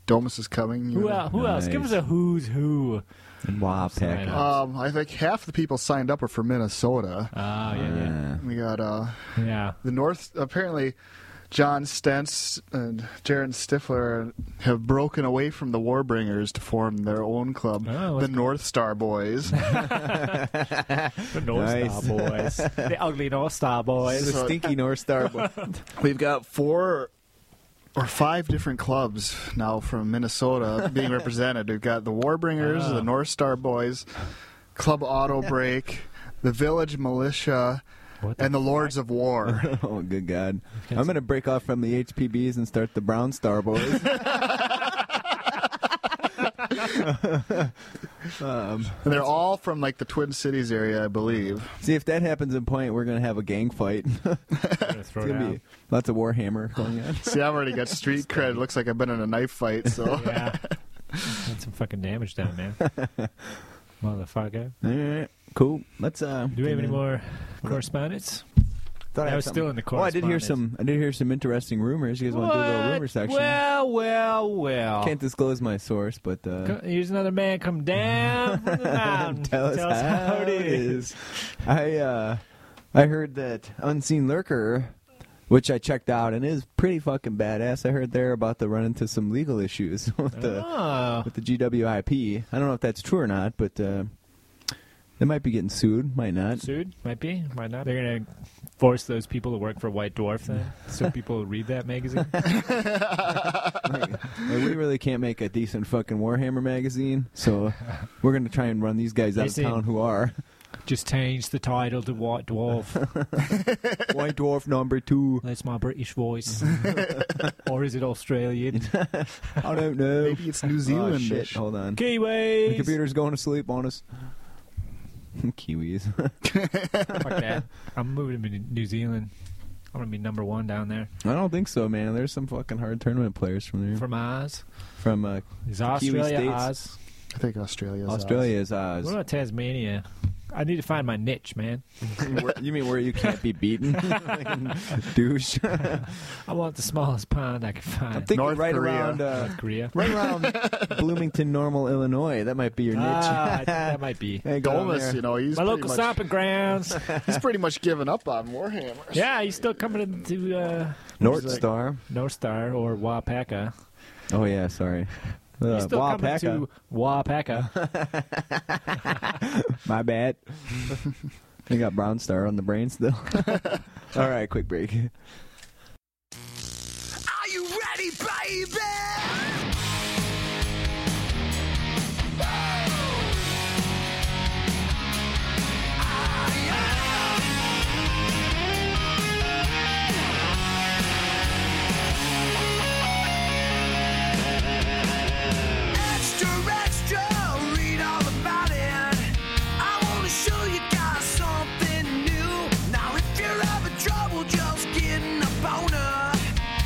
S3: Domus is coming. you
S1: Who,
S3: know.
S1: el- who else? Give us
S2: Nice.
S1: a who's who.
S2: And Wapek.
S1: Sorry.
S2: Uh,
S3: Um, I think half the people signed up are from Minnesota.
S1: Oh, yeah,
S3: We got uh,
S1: yeah. Yeah.
S3: the North. Apparently, John Stentz and Jaron Stifler have broken away from the Warbringers to form their own club,
S1: Oh,
S3: the
S1: that's
S3: North Star Boys.
S1: The North
S2: Nice.
S1: Star Boys.
S2: [laughs]
S1: the ugly North Star Boys.
S2: the stinky North Star. boy.
S1: [laughs]
S3: We've got four or five different clubs now from Minnesota
S2: [laughs]
S3: being represented. We've got the Warbringers,
S1: Oh.
S2: Ah.
S3: the North Star Boys, Club Auto Break, the Village Militia,
S1: What the
S3: and the Lords of War.
S2: oh, good God! I'm gonna break off from the HPBs and start the Brown Star Boys.
S1: [laughs]
S2: um,
S3: and they're all from like the Twin Cities area, I believe.
S2: see if that happens in point, we're gonna have a gang fight. [laughs] it's
S1: Gonna throw
S2: gonna
S1: down.
S2: be lots of Warhammer going
S1: [laughs]
S2: on.
S3: See, I've already got street cred. Looks like I've been in a knife fight. So
S1: Yeah.
S2: [laughs]
S1: Got some fucking damage done, man. Motherfucker.
S2: All right, cool. Let's. Uh,
S1: Do we have any more correspondence?
S2: Thought
S1: I
S2: had
S1: was
S2: something.
S1: still in the
S2: Oh, I did hear
S1: correspondence.
S2: some. I did hear some interesting rumors. You guys want to do a little rumor section?
S1: Well, well, well.
S2: Can't disclose my source, but uh,
S1: Co- Here's another man
S2: [laughs]
S1: come down from the mountain.
S2: Um, tell us how, it is. I uh, I heard that Unseen Lurker, which I checked out and is pretty fucking badass. I heard they're about to run into some legal issues [laughs] with the
S1: Oh,
S2: with the GWIP. I don't know if that's true or not, but uh, they might be getting sued. Might [laughs] not.
S1: sued? Might be, might not. They're gonna force those people to work for White Dwarf then, so people read that magazine.
S2: like, like, we really can't make a decent fucking Warhammer magazine, [laughs] so we're gonna try and run these guys out of
S1: Listen.
S2: town who [laughs] are
S1: Just change the title to White [laughs] Dwarf.
S2: White Dwarf number two.
S1: That's my British [laughs] voice, or is it [laughs] Australian?
S2: I don't know.
S3: [laughs] maybe it's New
S2: Oh,
S3: Zealand.
S2: shit. Hold on. The
S1: Kiwis. [laughs]
S2: computer's going to sleep on us. [laughs] Kiwis. [laughs]
S1: Fuck that. I'm moving to New Zealand. I'm gonna be number one down there.
S2: I don't think so, man. There's some fucking hard tournament players from there. From,
S1: From Oz,
S2: uh,
S1: is
S2: Kiwi
S1: Australia
S2: States.
S1: Oz?
S3: I think Australia.
S2: Australia is uh, Oz.
S1: What about Tasmania? I need to find my niche, man.
S2: Where- you mean where you can't
S1: [laughs]
S2: be beaten? [laughs] Like, douche. [laughs]
S1: I want the smallest pond I can find. [laughs]
S2: I'm thinking
S3: North
S2: right
S3: Korea.
S2: around uh,
S1: Korea.
S2: [laughs] right around Bloomington, Normal, Illinois. That might be your niche.
S1: Ah, I- that might [laughs] be.
S2: [laughs] Hey, go down
S3: Domus,
S2: there.
S3: you know, he's
S1: My
S3: pretty
S1: local
S3: much,
S1: stomping [laughs] grounds.
S3: He's pretty much given up on Warhammer.
S1: yeah, he's still coming to uh,
S2: North
S3: He's like-
S2: Star.
S1: North Star or Wapaka.
S2: Oh
S1: [laughs]
S2: yeah, sorry.
S1: He's
S2: Uh,
S1: still coming
S2: Wapaka.
S1: to Wapaka.
S2: My
S1: [laughs]
S2: bad. they got Brown Star on the brain still. [laughs] All right, quick break.
S4: Are you ready, baby? Extra, extra, read all about it. I wanna show you guys something new. Now, if you're having trouble just getting a boner,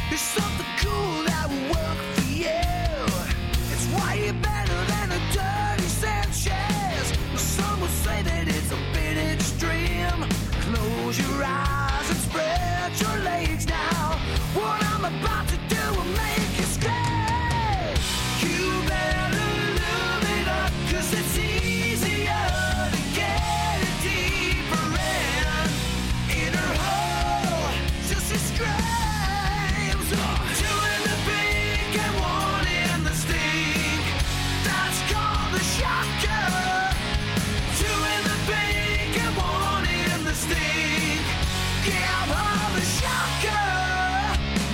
S4: there's something cool that will work for you. It's way better than a dirty Sanchez. Some would say that it's a vintage dream. Close your eyes and spread your legs now. What I'm about to do will make you scream. You better lube it up, 'cause it's easier to get it deeper in. In her hole, just as screams. Two in the pink and one in the stink. That's called the shocker. Two in the pink and one in the stink. Give her the shocker.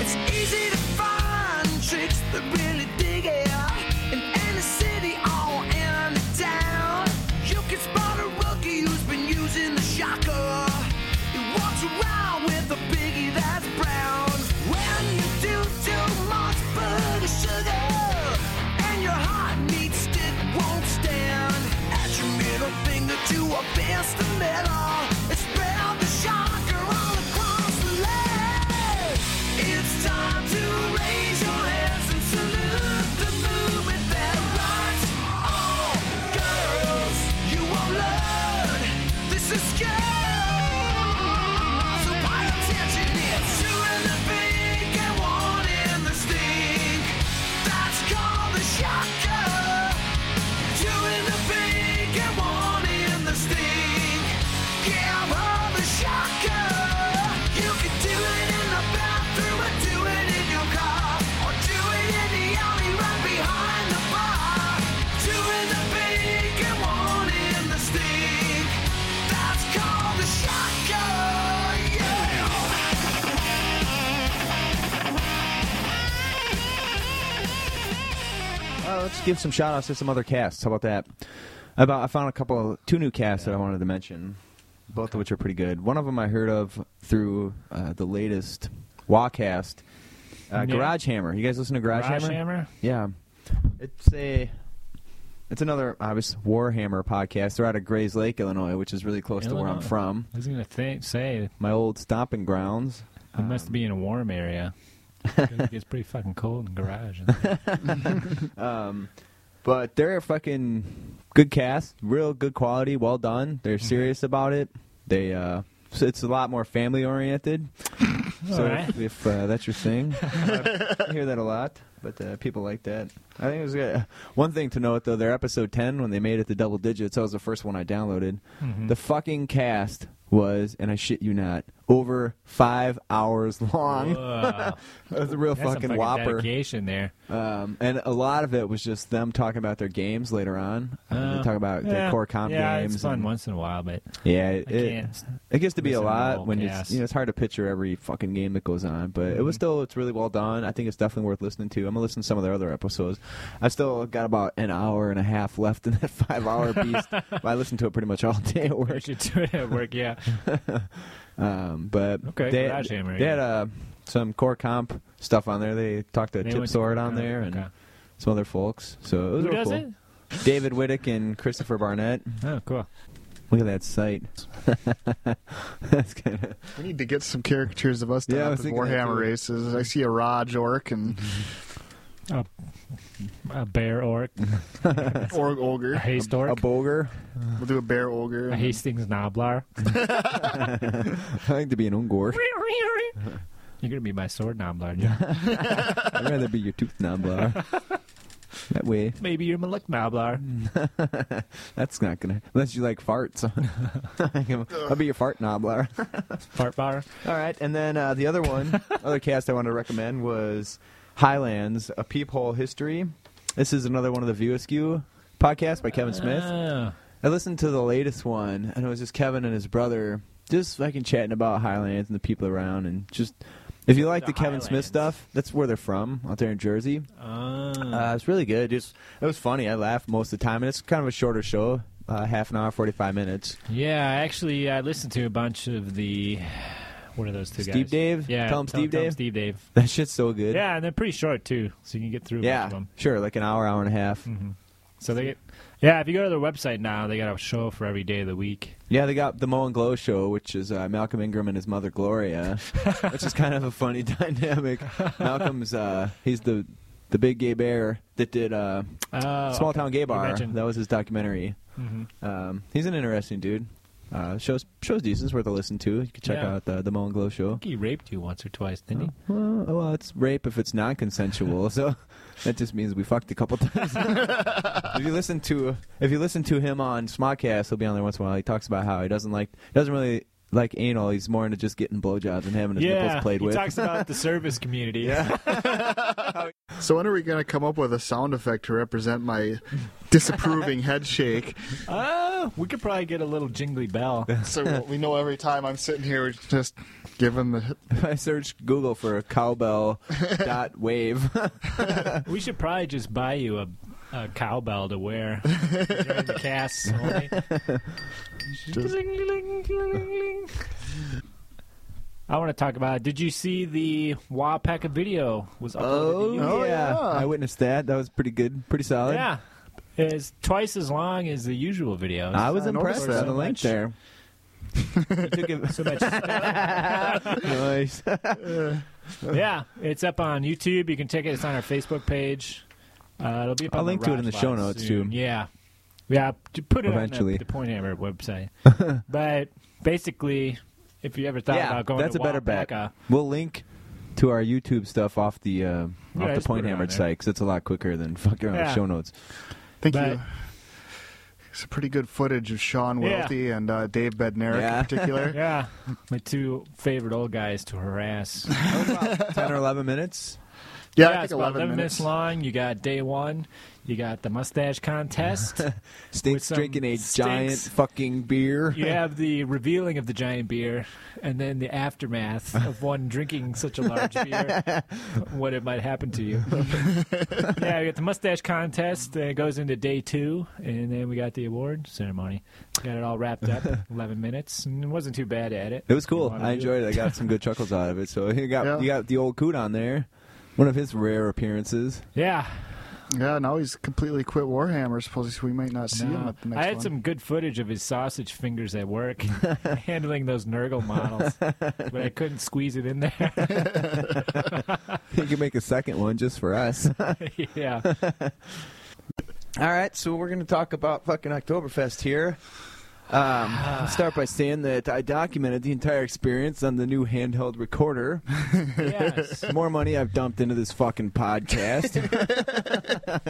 S4: It's easy to find tricks that really dig it. In any city or any town, you can spot a rookie who's been using the shocker. He walks around with a biggie that's brown. When you do too much booty sugar.
S2: Uh, let's give some shout outs to some other casts. How about that? I, bou- I found a couple, two new casts that I wanted to mention, both of which are pretty good. One of them I heard of through uh, the latest Wacast, uh,
S1: Yeah.
S2: Garage Hammer. You guys listen to Garage,
S1: Garage Hammer?
S2: Yeah, it's a it's another obvious Warhammer podcast. They're out of Grays Lake, Illinois, which is really close to where I'm
S1: Illinois.
S2: from.
S1: I was gonna think, say
S2: My old stomping grounds.
S1: it must be in a warm
S2: [laughs]
S1: area. 'Cause it gets pretty fucking cold in the garage.
S2: But they're a fucking good cast, real good quality, well done. They're
S1: Mm-hmm.
S2: serious about it. They uh so it's a lot more family oriented. [laughs] so
S1: Alright.
S2: [laughs] if, if, uh, that's
S1: [laughs]
S2: your thing, I hear that a lot. But uh, people like that. I think it was good. One thing to note though, their episode ten when they made it to double digits, that was the first one I downloaded.
S1: Mm-hmm.
S2: The fucking cast was, and I shit you not, over five hours long.
S1: Whoa.
S2: It was a real
S1: That's some
S2: fucking whopper.
S1: dedication there.
S2: Um, and a lot of it was just them talking about their games later on. Uh, they talk about their
S1: yeah.
S2: core comp
S1: yeah,
S2: games.
S1: It's fun
S2: and-
S1: once in a while, but
S2: Yeah, it,
S1: I
S2: it,
S1: can't
S2: [laughs]
S1: [laughs]
S2: it gets to be a
S1: listen to the
S2: lot
S1: whole
S2: when it's
S1: cast.
S2: you know it's hard to picture every fucking game that goes on. But it
S1: Mm-hmm.
S2: was still it's really well done. I think it's definitely worth listening to. I'm gonna listen to some of their other episodes. I still got about an hour and a half left in that [laughs]
S1: [laughs]
S2: five hour beast. but I listened to it pretty much all day at
S1: we
S2: work.
S1: should do it at work.
S2: [laughs]
S1: Yeah,
S2: Um, but
S1: Okay,
S2: they,
S1: Garage Hammer,
S2: they
S1: yeah.
S2: had uh, some core comp stuff on there. They talked to
S1: They
S2: Tip
S1: went to
S2: Sword
S1: work
S2: on
S1: it.
S2: there and
S1: Okay.
S2: some other folks. So it was
S1: who
S2: real
S1: does
S2: cool.
S1: it?
S2: David Whittick and Christopher Barnett.
S1: Oh, cool.
S2: Look at that site. [laughs] That's kind of
S3: We need to get some caricatures of us
S2: Yeah,
S3: down
S2: I
S3: yeah,
S2: was
S3: at
S2: thinking that
S3: Warhammer
S2: too.
S3: races. I see a Raj orc and
S1: A bear orc,
S3: org
S1: a
S3: ogre.
S1: haste
S2: a
S1: orc,
S2: bulger.
S3: We'll do a bear ogre.
S1: a Hastings
S2: [laughs]
S1: Noblar.
S2: I like to be an ungor.
S1: You're gonna be my sword
S2: [laughs]
S1: Noblar. Joe.
S2: I'd rather be your tooth noblar. that way,
S1: Maybe you're my luck Noblar.
S2: Hmm. that's not gonna. Unless you like farts. [laughs] I'll be your fart noblar.
S1: Fart bar.
S2: All right, and then uh, the other one, other cast I wanted to recommend was Highlands: A Peephole History. This is another one of the View Askew podcasts by Kevin Smith.
S1: Oh.
S2: I listened to the latest one, and it was just Kevin and his brother just fucking chatting about Highlands and the people around, and just if you like the,
S1: The
S2: Kevin Smith
S1: Highlands.
S2: stuff, that's where they're from, out there in Jersey.
S1: Oh.
S2: Uh, it's really good. Just it was funny. I laughed most of the time, and it's kind of a shorter show, uh, half an hour, forty-five minutes. [laughs]
S1: Yeah, actually, I listened to a bunch of the. What are those two guys?
S2: Steve Dave?
S1: Yeah,
S2: Tell 'em Steve
S1: tell 'em
S2: Dave?
S1: Steve Dave.
S2: That shit's so good.
S1: Yeah, and they're pretty short too, so you can get through a bunch
S2: yeah,
S1: of them.
S2: sure, like an hour, hour and a half.
S1: Mm-hmm. So they, yeah, if you go to their website now, they got a show for every day of the week.
S2: Yeah, they got the Mo and Glow show, which is uh, Malcolm Ingram and his
S1: [laughs]
S2: mother Gloria, which is kind of a funny [laughs] dynamic. Malcolm's uh, he's the the big gay bear that did uh,
S1: Uh,
S2: Small Town Gay Bar.
S1: mentioned-
S2: That was his documentary.
S1: Mm-hmm.
S2: Um, he's an interesting dude. Uh, shows shows decent. It's worth a listen to. You can check
S1: Yeah.
S2: out the the Mo and Glow show.
S1: He raped you once or twice,
S2: Oh.
S1: didn't he?
S2: Well, well, it's rape if it's non-consensual. so [laughs] that just means we fucked a couple times. [laughs] if you listen to if you listen to him on Smodcast, he'll be on there once in a while. He talks about how he doesn't like doesn't really like anal. He's more into just getting blowjobs and having his
S1: yeah,
S2: nipples played
S1: he
S2: with.
S1: talks about the service community.
S2: yeah,
S3: So when are we going to come up with a sound effect to
S1: [laughs]
S3: represent my disapproving head shake?
S1: Oh, we could probably get a little jingly
S2: [laughs]
S1: bell.
S3: So we know every time I'm sitting here, we're just giving the
S2: if [laughs] I search Google for cowbell dot wave.
S1: we should probably just buy you a, a cowbell to wear
S2: [laughs]
S1: during the casts. only. I want to talk about. Did you see the Wapaka video was uploaded? to YouTube?
S2: oh yeah,
S3: yeah.
S2: I witnessed that. That was pretty good, pretty solid.
S1: yeah, it's twice as long as the usual videos.
S2: I was
S3: I noticed
S2: impressed
S3: that.
S2: on the link
S1: Much-
S2: there. You took
S1: [laughs]
S2: it-
S1: so much.
S2: nice.
S1: yeah, it's up on YouTube. You can check it. It's on our Facebook page. Uh, it'll be. Up
S2: I'll
S1: on the
S2: link to it in the
S1: Rockbox
S2: show notes,
S1: soon.
S2: too.
S1: Yeah, yeah. j- Put it
S2: Eventually.
S1: on the, the Point Hammer
S2: [laughs]
S1: website. but basically, if you ever thought
S2: yeah,
S1: about going,
S2: that's
S1: to
S2: a better bet.
S1: Oaxaca,
S2: We'll link to our YouTube stuff off the uh,
S1: Yeah,
S2: off the
S1: just
S2: Point
S1: put it on
S2: Hammered
S1: there.
S2: site because it's a lot quicker than fucking around with
S1: Yeah. [laughs]
S2: show notes.
S3: Thank
S1: But-
S3: you. It's a pretty good footage of Sean
S1: Yeah.
S3: Welty and uh, Dave Bednarik
S2: Yeah.
S1: [laughs]
S3: in particular.
S1: Yeah, my two favorite old guys to harass.
S2: Ten or eleven minutes.
S3: Yeah, I
S1: yeah
S3: think
S1: it's about
S3: 11 minutes.
S1: long. You got day one. You got the mustache contest.
S2: [laughs]
S1: With
S2: Stinks
S1: some
S2: drinking a
S1: stinks.
S2: giant fucking beer.
S1: you have the revealing of the giant beer, and then the aftermath of one drinking such a large beer, what it might happen to you. yeah, we got the mustache contest. Then it goes into day two, and then we got the award ceremony. Got it all wrapped up, eleven minutes, and it wasn't too bad at it.
S2: It was cool.
S1: You wanna
S2: I
S1: do
S2: enjoyed it. I got some good chuckles out of it. So you got
S3: Yeah.
S2: you got the old coot on there. One of his rare appearances.
S1: Yeah,
S3: Yeah, now he's completely quit Warhammer. Suppose we might not see him
S1: No.
S3: at the next
S1: I had
S3: one.
S1: some good footage of his sausage fingers at work handling those Nurgle models, but I couldn't squeeze it in there. [laughs]
S2: [laughs] you can make a second one just for
S1: [laughs]
S2: us.
S1: yeah.
S2: All right, so we're going to talk about fucking Oktoberfest here. Um, I'll start by saying that I documented the entire experience on the new handheld recorder.
S1: Yes.
S2: The more money I've dumped into this
S1: [laughs]
S2: fucking podcast.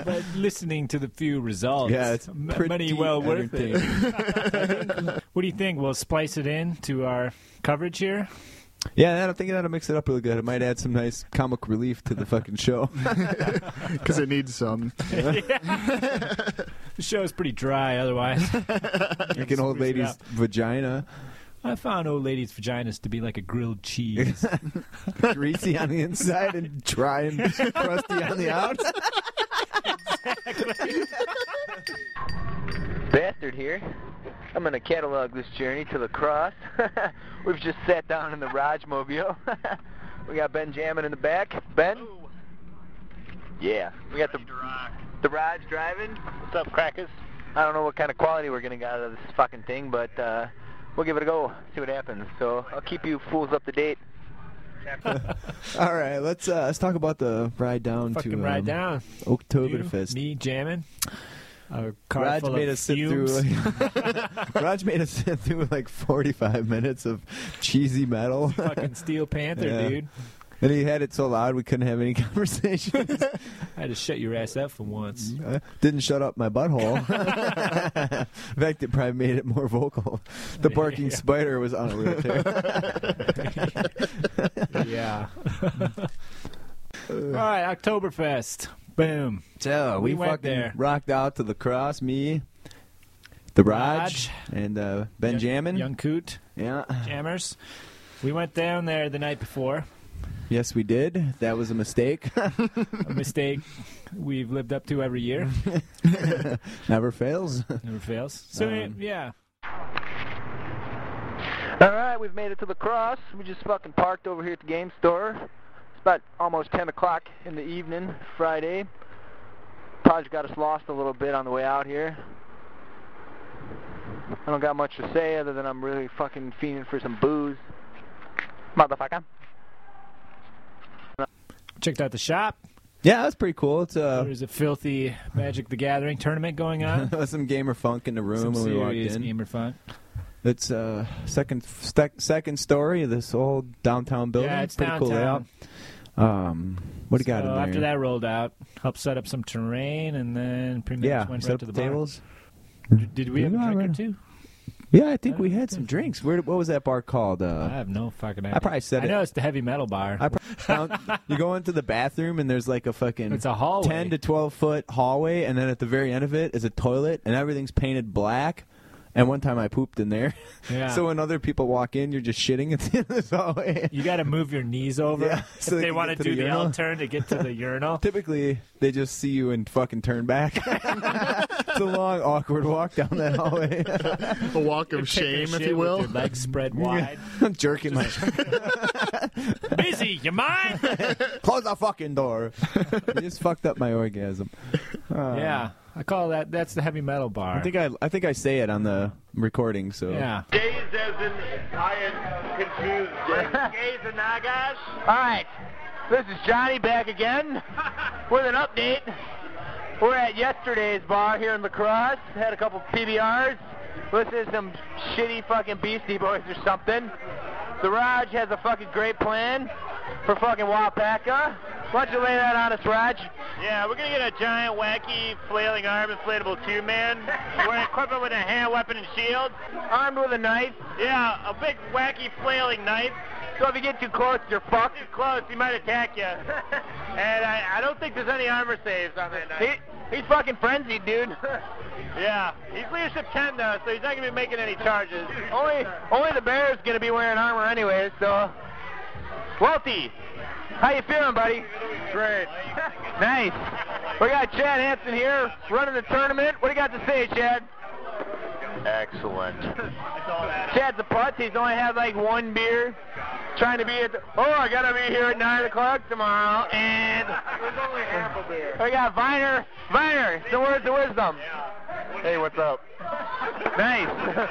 S1: But listening to the few results,
S2: yeah, it's
S1: m-
S2: pretty
S1: money well worth it.
S2: entertaining.
S1: What do you think? We'll splice it in to our coverage here.
S2: Yeah, I don't think that'll mix it up really good. It might add some nice comic relief to the
S1: [laughs]
S2: fucking show.
S3: because it needs some.
S1: The show is pretty dry
S2: [laughs]
S1: otherwise.
S2: like an
S1: Spruce
S2: old
S1: it
S2: lady's
S1: up.
S2: vagina,
S1: I found old ladies' vaginas to be like a grilled
S2: [laughs]
S1: cheese.
S2: greasy on the inside and
S1: [laughs]
S2: dry and crusty on the out.
S5: Bastard here. I'm gonna catalog this journey to lacrosse. [laughs] We've just sat down in the Rajmobile. [laughs] we got Ben Jammin in the back. Ben? Yeah. We got the the Raj driving. What's up, crackers? I don't know what kind of quality we're gonna get out of this fucking thing, but uh, we'll give it a go. See what happens. So I'll keep you fools up to date.
S2: All right, let's uh, let's talk about the ride down to
S1: Fucking
S2: um,
S1: ride down. You,
S2: Oktoberfest.
S1: me jamming. Our car
S2: Raj
S1: full
S2: made
S1: of
S2: us sit
S1: fumes.
S2: through. Like, [laughs] Raj made us sit through like forty-five minutes of cheesy
S1: [laughs]
S2: metal,
S1: fucking Steel Panther,
S2: Yeah.
S1: dude.
S2: [laughs] and he had it so loud we couldn't have any [laughs] conversation.
S1: I had to shut your ass up for
S2: [laughs]
S1: once.
S2: Uh, [laughs] Didn't shut up my butthole. [laughs] In fact, it probably made it more vocal. The [laughs] barking
S1: Yeah.
S2: spider was on a wheelchair.
S1: yeah. All right, Oktoberfest. Boom.
S2: [laughs] so
S1: We went there.
S2: rocked out to the cross. Me, the Raj,
S1: Raj.
S2: and uh, Benjamin.
S1: Young Coot.
S2: Yeah.
S1: Jammers. We went down there the night before.
S2: Yes, we did. That was a [laughs] mistake.
S1: A mistake we've lived up to every
S2: [laughs]
S1: year.
S2: Never fails. [laughs]
S1: Never fails. So,
S2: Um,
S1: yeah.
S5: All right, we've made it to lacrosse. We just fucking parked over here at the game store. It's about almost 10 o'clock in the evening, Friday. Podge got us lost a little bit on the way out here. I don't got much to say other than I'm really fucking fiending for some booze. Motherfucker.
S1: Checked out the shop.
S2: Yeah, that's pretty cool. It's uh,
S1: There's a filthy Magic the Gathering tournament going on.
S2: there was some gamer funk in the [laughs]
S1: Some
S2: room when we walked
S1: serious
S2: in.
S1: gamer fun.
S2: It's uh second sec- second story of this old downtown building.
S1: Yeah, it's
S2: pretty cool layout.
S1: downtown.
S2: Um, what do you got
S1: so
S2: in there?
S1: after that rolled out, helped set up some terrain, and then pretty much
S2: yeah,
S1: went
S2: set
S1: right
S2: up
S1: to the,
S2: the
S1: bar.
S2: tables.
S1: Did, did we have a
S2: Yeah,
S1: drink or
S2: right.
S1: two?
S2: Yeah, I think
S1: I
S2: we
S1: don't
S2: had some drinks. Where? What was that bar called?
S1: I [laughs]
S2: Uh,
S1: have no fucking idea.
S2: I probably said
S1: I
S2: it.
S1: know it's the heavy metal bar.
S2: I probably found, you go into the bathroom and there's like a fucking
S1: It's a hallway.
S2: ten to twelve foot hallway, and then at the very end of it is a toilet, and everything's painted black. And one time I pooped in there.
S1: Yeah.
S2: [laughs] so when other people walk in, you're just shitting at the end of this hallway.
S1: you got to move your knees over
S2: Yeah,
S1: if
S2: so they
S1: they
S2: can
S1: want
S2: get
S1: to
S2: to the
S1: do the
S2: urinal.
S1: L turn to get to
S2: [laughs]
S1: the urinal.
S2: Typically, they just see you and fucking turn back. [laughs] it's a long, awkward walk down that hallway. [laughs]
S3: A walk of
S1: [laughs] Take a
S3: shame, if
S1: shit
S3: you
S1: with
S3: will.
S1: your legs spread wide.
S2: I'm jerking my.
S1: Busy, you mind?
S2: [laughs] Close the fucking door. you just fucked up my orgasm.
S1: yeah, Um, I call that. That's the heavy metal bar.
S2: I think I, I think I say it on the recording. So
S1: yeah,
S6: Gays as in I am
S5: [laughs]
S6: confused. Gays and Nagash?
S5: All right, this is Johnny
S6: [laughs]
S5: back again with an update. We're at yesterday's bar here in Lacrosse. Had a couple PBRs. Listened to some shitty fucking Beastie Boys or something. The Raj has a fucking great plan for fucking Wapaka. Why don't you lay that on us, Raj?
S6: Yeah, we're gonna get a giant, wacky, flailing arm inflatable two man. We're gonna equip it with a hand weapon and shield.
S5: Armed with a knife.
S6: Yeah, a big, wacky, flailing knife.
S5: So if you get too close, you're fucked.
S6: Too close, he might attack
S5: [laughs]
S6: you. And I, I don't think there's any armor saves on that
S5: He,
S6: night.
S5: he's fucking frenzied, dude.
S6: [laughs] yeah, he's leadership 10 though, so he's not gonna be making any charges.
S5: only, only the bear's gonna be wearing armor anyway. So, Welty, how you feeling, buddy?
S6: Great.
S5: nice. We got Chad Hansen here running the tournament. What do you got to say, Chad?
S7: Excellent.
S5: Chad's a putz. He's only had like one beer. Trying to be at the, oh, I gotta be here at nine o'clock tomorrow. And we got Viner. Viner, the words of wisdom.
S7: Hey, what's up?
S5: Nice.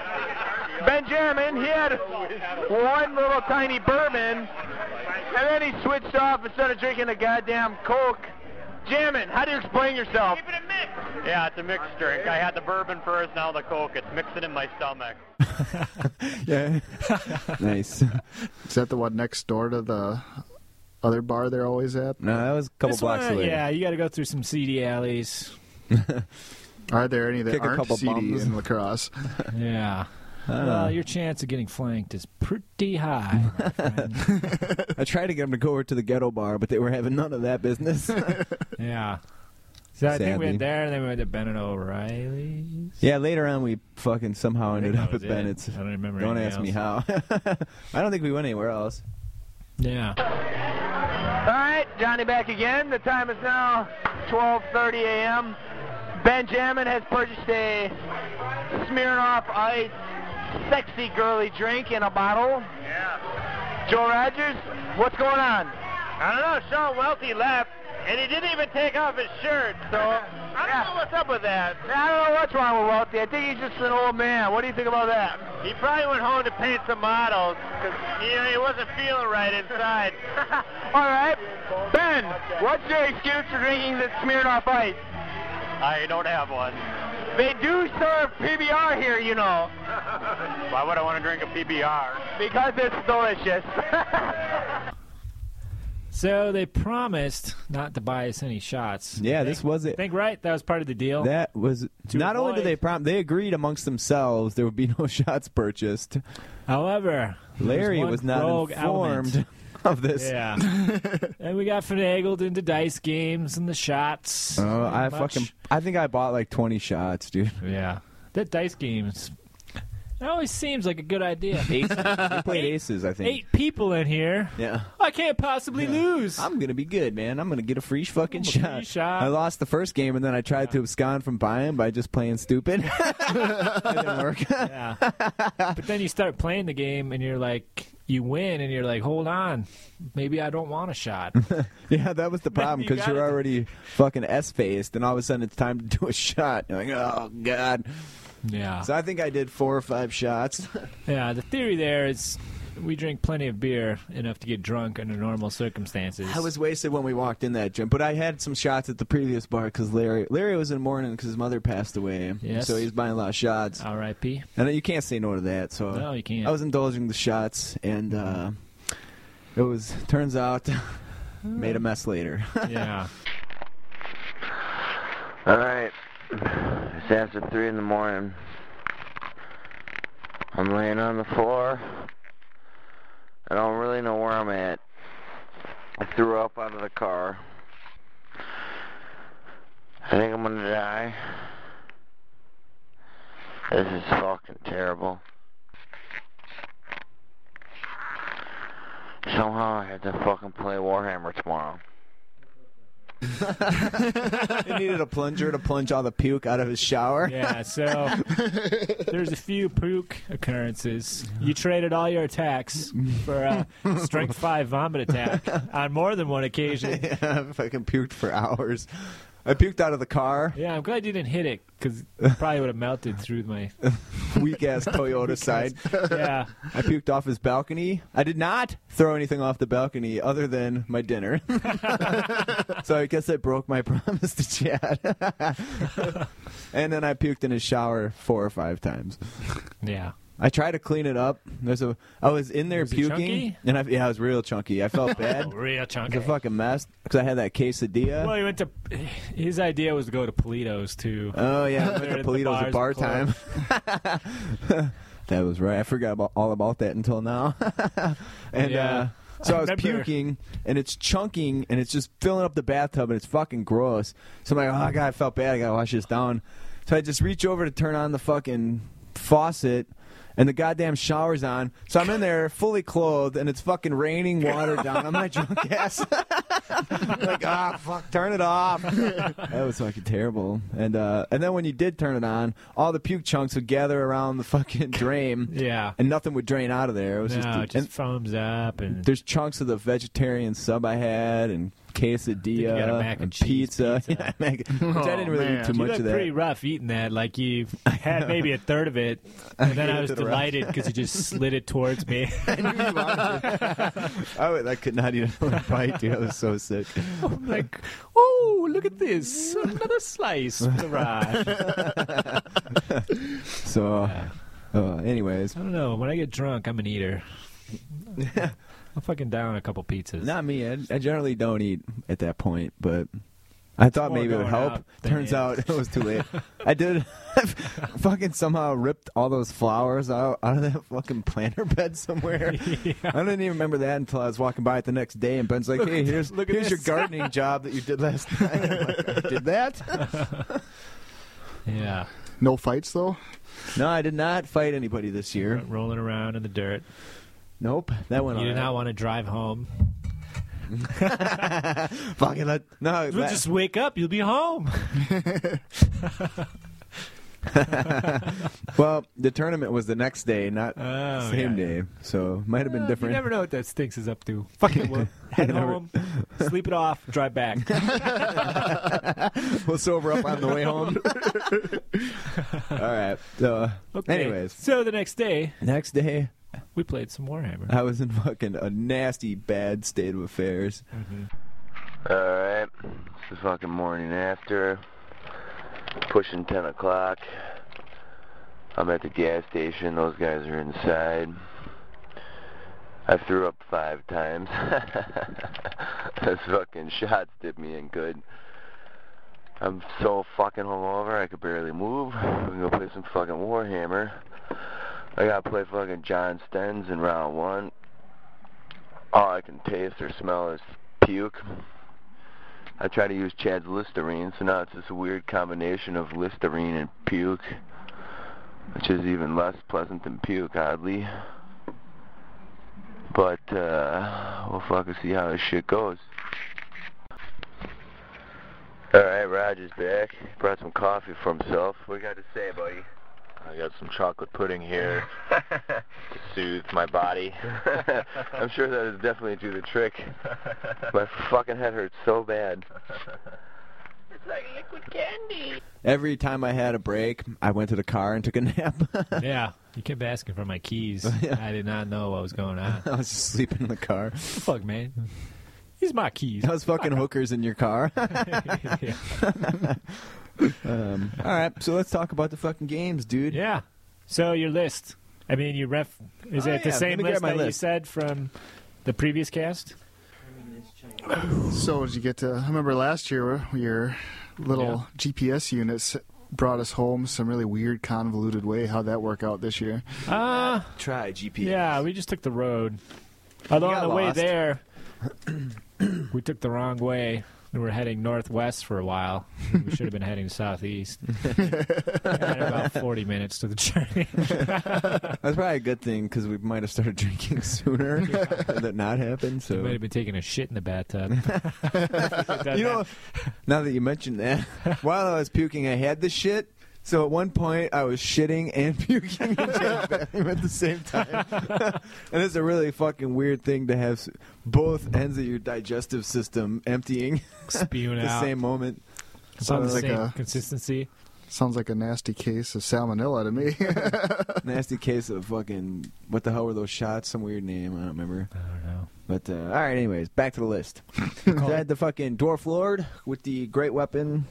S5: [laughs] Benjamin, he had one little tiny bourbon, and then he switched off and started drinking a goddamn Coke. Jamin, how do you explain yourself?
S6: Keep it a mix. Yeah, it's a mixed drink. I had the bourbon first, now the coke. It's mixing in my stomach.
S2: Yeah. [laughs] nice.
S3: Is that the one next door to the other bar they're always at?
S2: No, that was a couple
S1: This
S2: blocks
S1: one,
S2: away.
S1: Yeah, you got to go through some seedy alleys.
S3: Are there any that
S2: Kick a
S3: aren't
S2: couple
S3: CD
S2: bums.
S3: in lacrosse?
S2: [laughs]
S1: Yeah.
S2: Uh.
S1: Well, your chance of getting flanked is pretty high.
S2: [laughs]
S1: my friend.
S2: I tried to get them to go over to the ghetto bar, but they were having none of that business. [laughs]
S1: yeah. So I think we
S2: Sadly.
S1: went there, and then we went to Ben and O'Reilly's.
S2: yeah, later on we fucking somehow
S1: I think
S2: ended
S1: that
S2: up at
S1: was it.
S2: Bennett's.
S1: I don't remember.
S2: Don't
S1: anything
S2: ask me
S1: else.
S2: how. [laughs] I don't think we went anywhere else.
S1: Yeah.
S5: All right, Johnny back again. The time is now 12:30 a.m. Benjamin has purchased a Smirnoff Ice sexy girly drink in a bottle.
S6: Yeah.
S5: Joe Rogers, what's going on?
S6: I don't know. Sean Welty left, and he didn't even take off his shirt. So I don't know what's up with that.
S5: I don't know what's wrong with Welty. I think he's just an old man. What do you think about that?
S6: He probably went home to paint some models because you know he wasn't feeling right inside.
S5: [laughs] All right. Ben, what's your excuse for drinking this Smirnoff Ice?
S6: I don't have one.
S5: They do serve PBR here, you
S7: [laughs]
S5: know,
S6: Why would I want to drink a PBR?
S5: because it's delicious.
S1: So they promised not to buy us any shots.
S2: Yeah,
S1: Think-
S2: this was it.
S1: Think right? That was part of the deal.
S2: That was not only did
S1: avoid-
S2: they prom they agreed amongst themselves there would be [laughs] no shots purchased.
S1: However, there
S2: Larry
S1: one
S2: was, not
S1: rogue element.
S2: informed [laughs] of this. [laughs]
S1: Yeah. and we got finagled into dice games and the shots.
S2: Oh, I
S1: Much.
S2: fucking I think I bought like 20 shots, dude.
S1: [laughs] Yeah. That dice games. It always seems like a good idea.
S2: [laughs] Eight. I played aces, I think.
S1: Eight people in here.
S2: Yeah.
S1: I can't possibly lose.
S2: I'm gonna be good, man. I'm gonna get a free fucking
S1: free
S2: shot.
S1: shot.
S2: I lost the first game, and then I tried to abscond from buying by just playing stupid. [laughs] It didn't work. [laughs]
S1: yeah. But then you start playing the game and you're like, you win and you're like, hold on, maybe I don't want a
S2: [laughs]
S1: shot.
S2: yeah, that was the problem
S1: [laughs] you
S2: because
S1: got
S2: you're
S1: it.
S2: already fucking s faced, and all of a sudden it's time to do a shot. You're like, oh god.
S1: yeah.
S2: So I think I did four or five shots.
S1: Yeah. The theory there is we drink plenty of beer enough to get drunk under normal circumstances.
S2: I was wasted when we walked in that gym, but I had some shots at the previous bar because Larry Larry was in mourning because his mother passed away,
S1: Yes.
S2: so he was buying a lot of shots.
S1: R.I.P.
S2: And you can't say no to that. So
S1: No, you can't.
S2: I was indulging the shots, and uh, it was turns out [laughs] made a mess later. [laughs]
S1: Yeah.
S7: [laughs] All right. It's after three in the morning. I'm laying on the floor. I don't really know where I'm at. I threw up out of the car. I think I'm gonna die. This is fucking terrible. Somehow I have to fucking play Warhammer tomorrow.
S2: he needed a plunger to plunge all the puke out of his shower.
S1: Yeah,
S2: [laughs]
S1: so there's a few puke occurrences. You traded all your attacks for a strength five vomit attack on more than one occasion.
S2: I [laughs] fucking puked for hours. I puked out of the car.
S1: Yeah, I'm glad you didn't hit it because probably would have melted through
S2: [laughs]
S1: my. [laughs]
S2: Weak ass Toyota side.
S1: Yeah,
S2: I puked off his balcony. I did not throw anything off the balcony other than my dinner. so I guess I broke my [laughs] promise to Chad. [laughs] and then I puked in his shower four or five times.
S1: yeah.
S2: I tried to clean it up. There's a. I was in there
S1: Was it
S2: puking,
S1: chunky?
S2: and I, yeah, I was real chunky.
S1: [laughs]
S2: I felt bad. It
S1: Real
S2: was
S1: chunky.
S2: a fucking mess because I had that quesadilla.
S1: Well, he went to. His idea was to go to Politos too.
S2: [laughs] Oh yeah, I went
S1: They're
S2: to
S1: at the
S2: Polito's at
S1: bars
S2: bar
S1: and
S2: time. [laughs] That was right. I forgot about all about that until now. [laughs] and
S1: Yeah.
S2: uh, so
S1: I
S2: I was
S1: remember.
S2: puking, and it's chunking, and it's just filling up the bathtub, and it's fucking gross. So I'm like, oh god, I felt bad. I gotta wash this down. So I just reach over to turn on the fucking faucet. And the goddamn shower's on, so I'm in there fully clothed, and it's fucking raining water down on my drunk ass. like, ah, fuck, turn it off. [laughs] that was fucking terrible. And uh, and then when you did turn it on, all the puke chunks would gather around
S1: [laughs]
S2: the fucking drain.
S1: Yeah.
S2: And nothing would drain out of there. It was
S1: no, it
S2: just,
S1: just
S2: and
S1: foams up and
S2: there's chunks of the vegetarian sub I had and
S1: you got a
S2: quesadilla
S1: mac and cheese
S2: pizza. [laughs]
S1: pizza. Oh,
S2: Yeah, mac- which I didn't really
S3: man.
S2: eat too
S1: you
S3: You
S2: much
S1: look
S2: of that.
S1: pretty rough eating that. Like
S2: [laughs]
S1: you had maybe a third of it, and then I was
S2: to the rest.
S1: delighted because you just slid it towards me.
S2: [laughs] I, would- I Oh, could not eat another [laughs] bite, dude. I was
S1: [laughs]
S2: so sick.
S1: I'm like, oh, look at this, another slice for the ride. [laughs] I
S2: So, uh, anyways,
S1: don't know. When I get drunk, I'm an eater. I'm fucking down a couple pizzas.
S2: Not me. I, I generally don't eat at that point, but I thought
S1: more
S2: maybe it would
S1: going
S2: help.
S1: out than
S2: Turns
S1: in.
S2: out it was
S1: [laughs]
S2: too late. I did [laughs] fucking somehow ripped all those flowers out, out of that fucking planter
S1: [laughs]
S2: bed somewhere. I didn't even remember that until I was walking by it the next day, and Ben's like, "Hey, here's
S1: [laughs] look at
S2: here's your
S1: this."
S2: gardening job that you did last [laughs] night." I'm like, "I
S1: [laughs]
S2: did that?
S1: [laughs] Yeah,
S3: No fights though.
S2: no, I did not fight anybody this year.
S1: rolling around in the dirt.
S2: Nope, that went
S1: You
S2: on.
S1: do not want to drive home.
S2: fucking let no.
S1: We'll
S2: la-
S1: just wake up. You'll be [laughs] home.
S2: well, the tournament was the next day, not
S1: Oh,
S2: same
S1: yeah.
S2: day, so might have been
S1: Uh,
S2: different.
S1: You never know what that stinks is up to. Fucking [laughs] well, head
S2: Never-
S1: home, sleep it off, drive [laughs] back.
S2: we'll sober up on the
S1: [laughs]
S2: way home. All right. So,
S1: Okay.
S2: anyways,
S1: so the next day
S2: next day
S1: we played some Warhammer.
S2: I was in fucking a nasty bad state of affairs.
S5: Alright, it's the fucking morning after. Pushing 10 o'clock. I'm at the gas station. Those guys are inside. I threw up five times. [laughs] Those fucking shots did me in good. I'm so fucking hungover, I could barely move. I'm gonna play some fucking Warhammer. I gotta play fucking John Stens in round one. All I can taste or smell is puke. I try to use Chad's Listerine, so now it's this weird combination of Listerine and puke, which is even less pleasant than puke, oddly. But, uh, we'll fucking see how this shit goes. Alright, Roger's back. Brought some coffee for himself. What you got to say, buddy?
S8: I got some chocolate pudding here
S5: [laughs]
S8: to soothe my body.
S5: I'm sure that is definitely do the trick. My fucking head hurts so bad.
S2: Every time I had a break, I went to the car and took a [laughs] nap.
S1: yeah, you kept asking for my [laughs] keys. I did not know what was going on.
S2: I was just sleeping in the car.
S1: Fuck, man. These my
S2: [laughs]
S1: keys. [laughs]
S2: I was fucking hookers in your car. [laughs]
S1: yeah.
S2: um, all right, so let's talk about the fucking games, dude.
S1: Yeah. So your list. I mean, you ref. Is
S2: Oh,
S1: it the
S2: yeah, let
S1: same
S2: me grab
S1: list
S2: my
S1: that you
S2: list.
S1: said from the previous cast?
S3: So did you get to? I remember last year your little GPS units brought us home some really weird, convoluted way. How'd that work out this year?
S1: Uh
S2: Try GPS.
S1: yeah. We just took the road. Although
S2: You
S1: on
S2: got
S1: the way
S2: lost.
S1: there,
S2: [coughs]
S1: we took the wrong way. We were heading northwest for a while. We should have been heading
S2: [laughs]
S1: southeast. Had about forty minutes to the journey.
S2: That's probably a good thing because we might have started [laughs]
S1: [laughs]
S2: drinking sooner. that not happened. [laughs] So
S1: Might have been taking a shit in the
S2: [laughs]
S1: bathtub.
S2: you know, now that you mentioned that, while I was puking, I had the shit. So at one point, I was shitting and [laughs] puking in Jen's bathroom at the same time. [laughs] and it's a really fucking weird thing to have s- both ends of your digestive system emptying
S1: spewing
S2: at the
S1: out
S2: same moment.
S1: It's on the
S3: Sounds like
S1: same
S3: a-
S1: consistency.
S3: Sounds like a nasty case of salmonella to me. [laughs]
S2: [laughs] Nasty case of fucking what the hell were those shots? Some weird name. I don't remember.
S1: I don't know.
S2: But uh, all right, anyways, back to the list. [laughs] so I had the fucking dwarf lord with the great weapon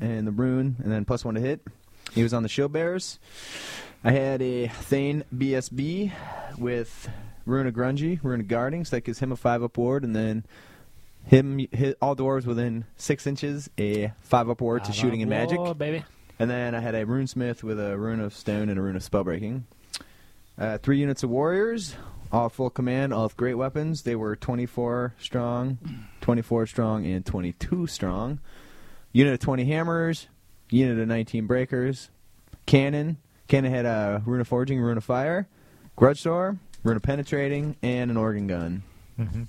S2: and the rune, and then plus one to hit. He was on the shield bearers. I had a Thane BSB with Rune of Grungy, Rune of Guarding, so that gives him a five up ward, and then him hit all dwarves within six inches, a five up ward to shooting and magic.
S1: Oh, baby.
S2: And then I had a rune smith with a rune of stone and a rune of spellbreaking. Uh, three units of warriors, all full command, all with great weapons. They were 24 strong, 24 strong, and 22 strong. Unit of 20 hammers, unit of 19 breakers, cannon. Cannon had a rune of forging, rune of fire, grudge sword, rune of penetrating, and an organ gun.
S1: Mhm.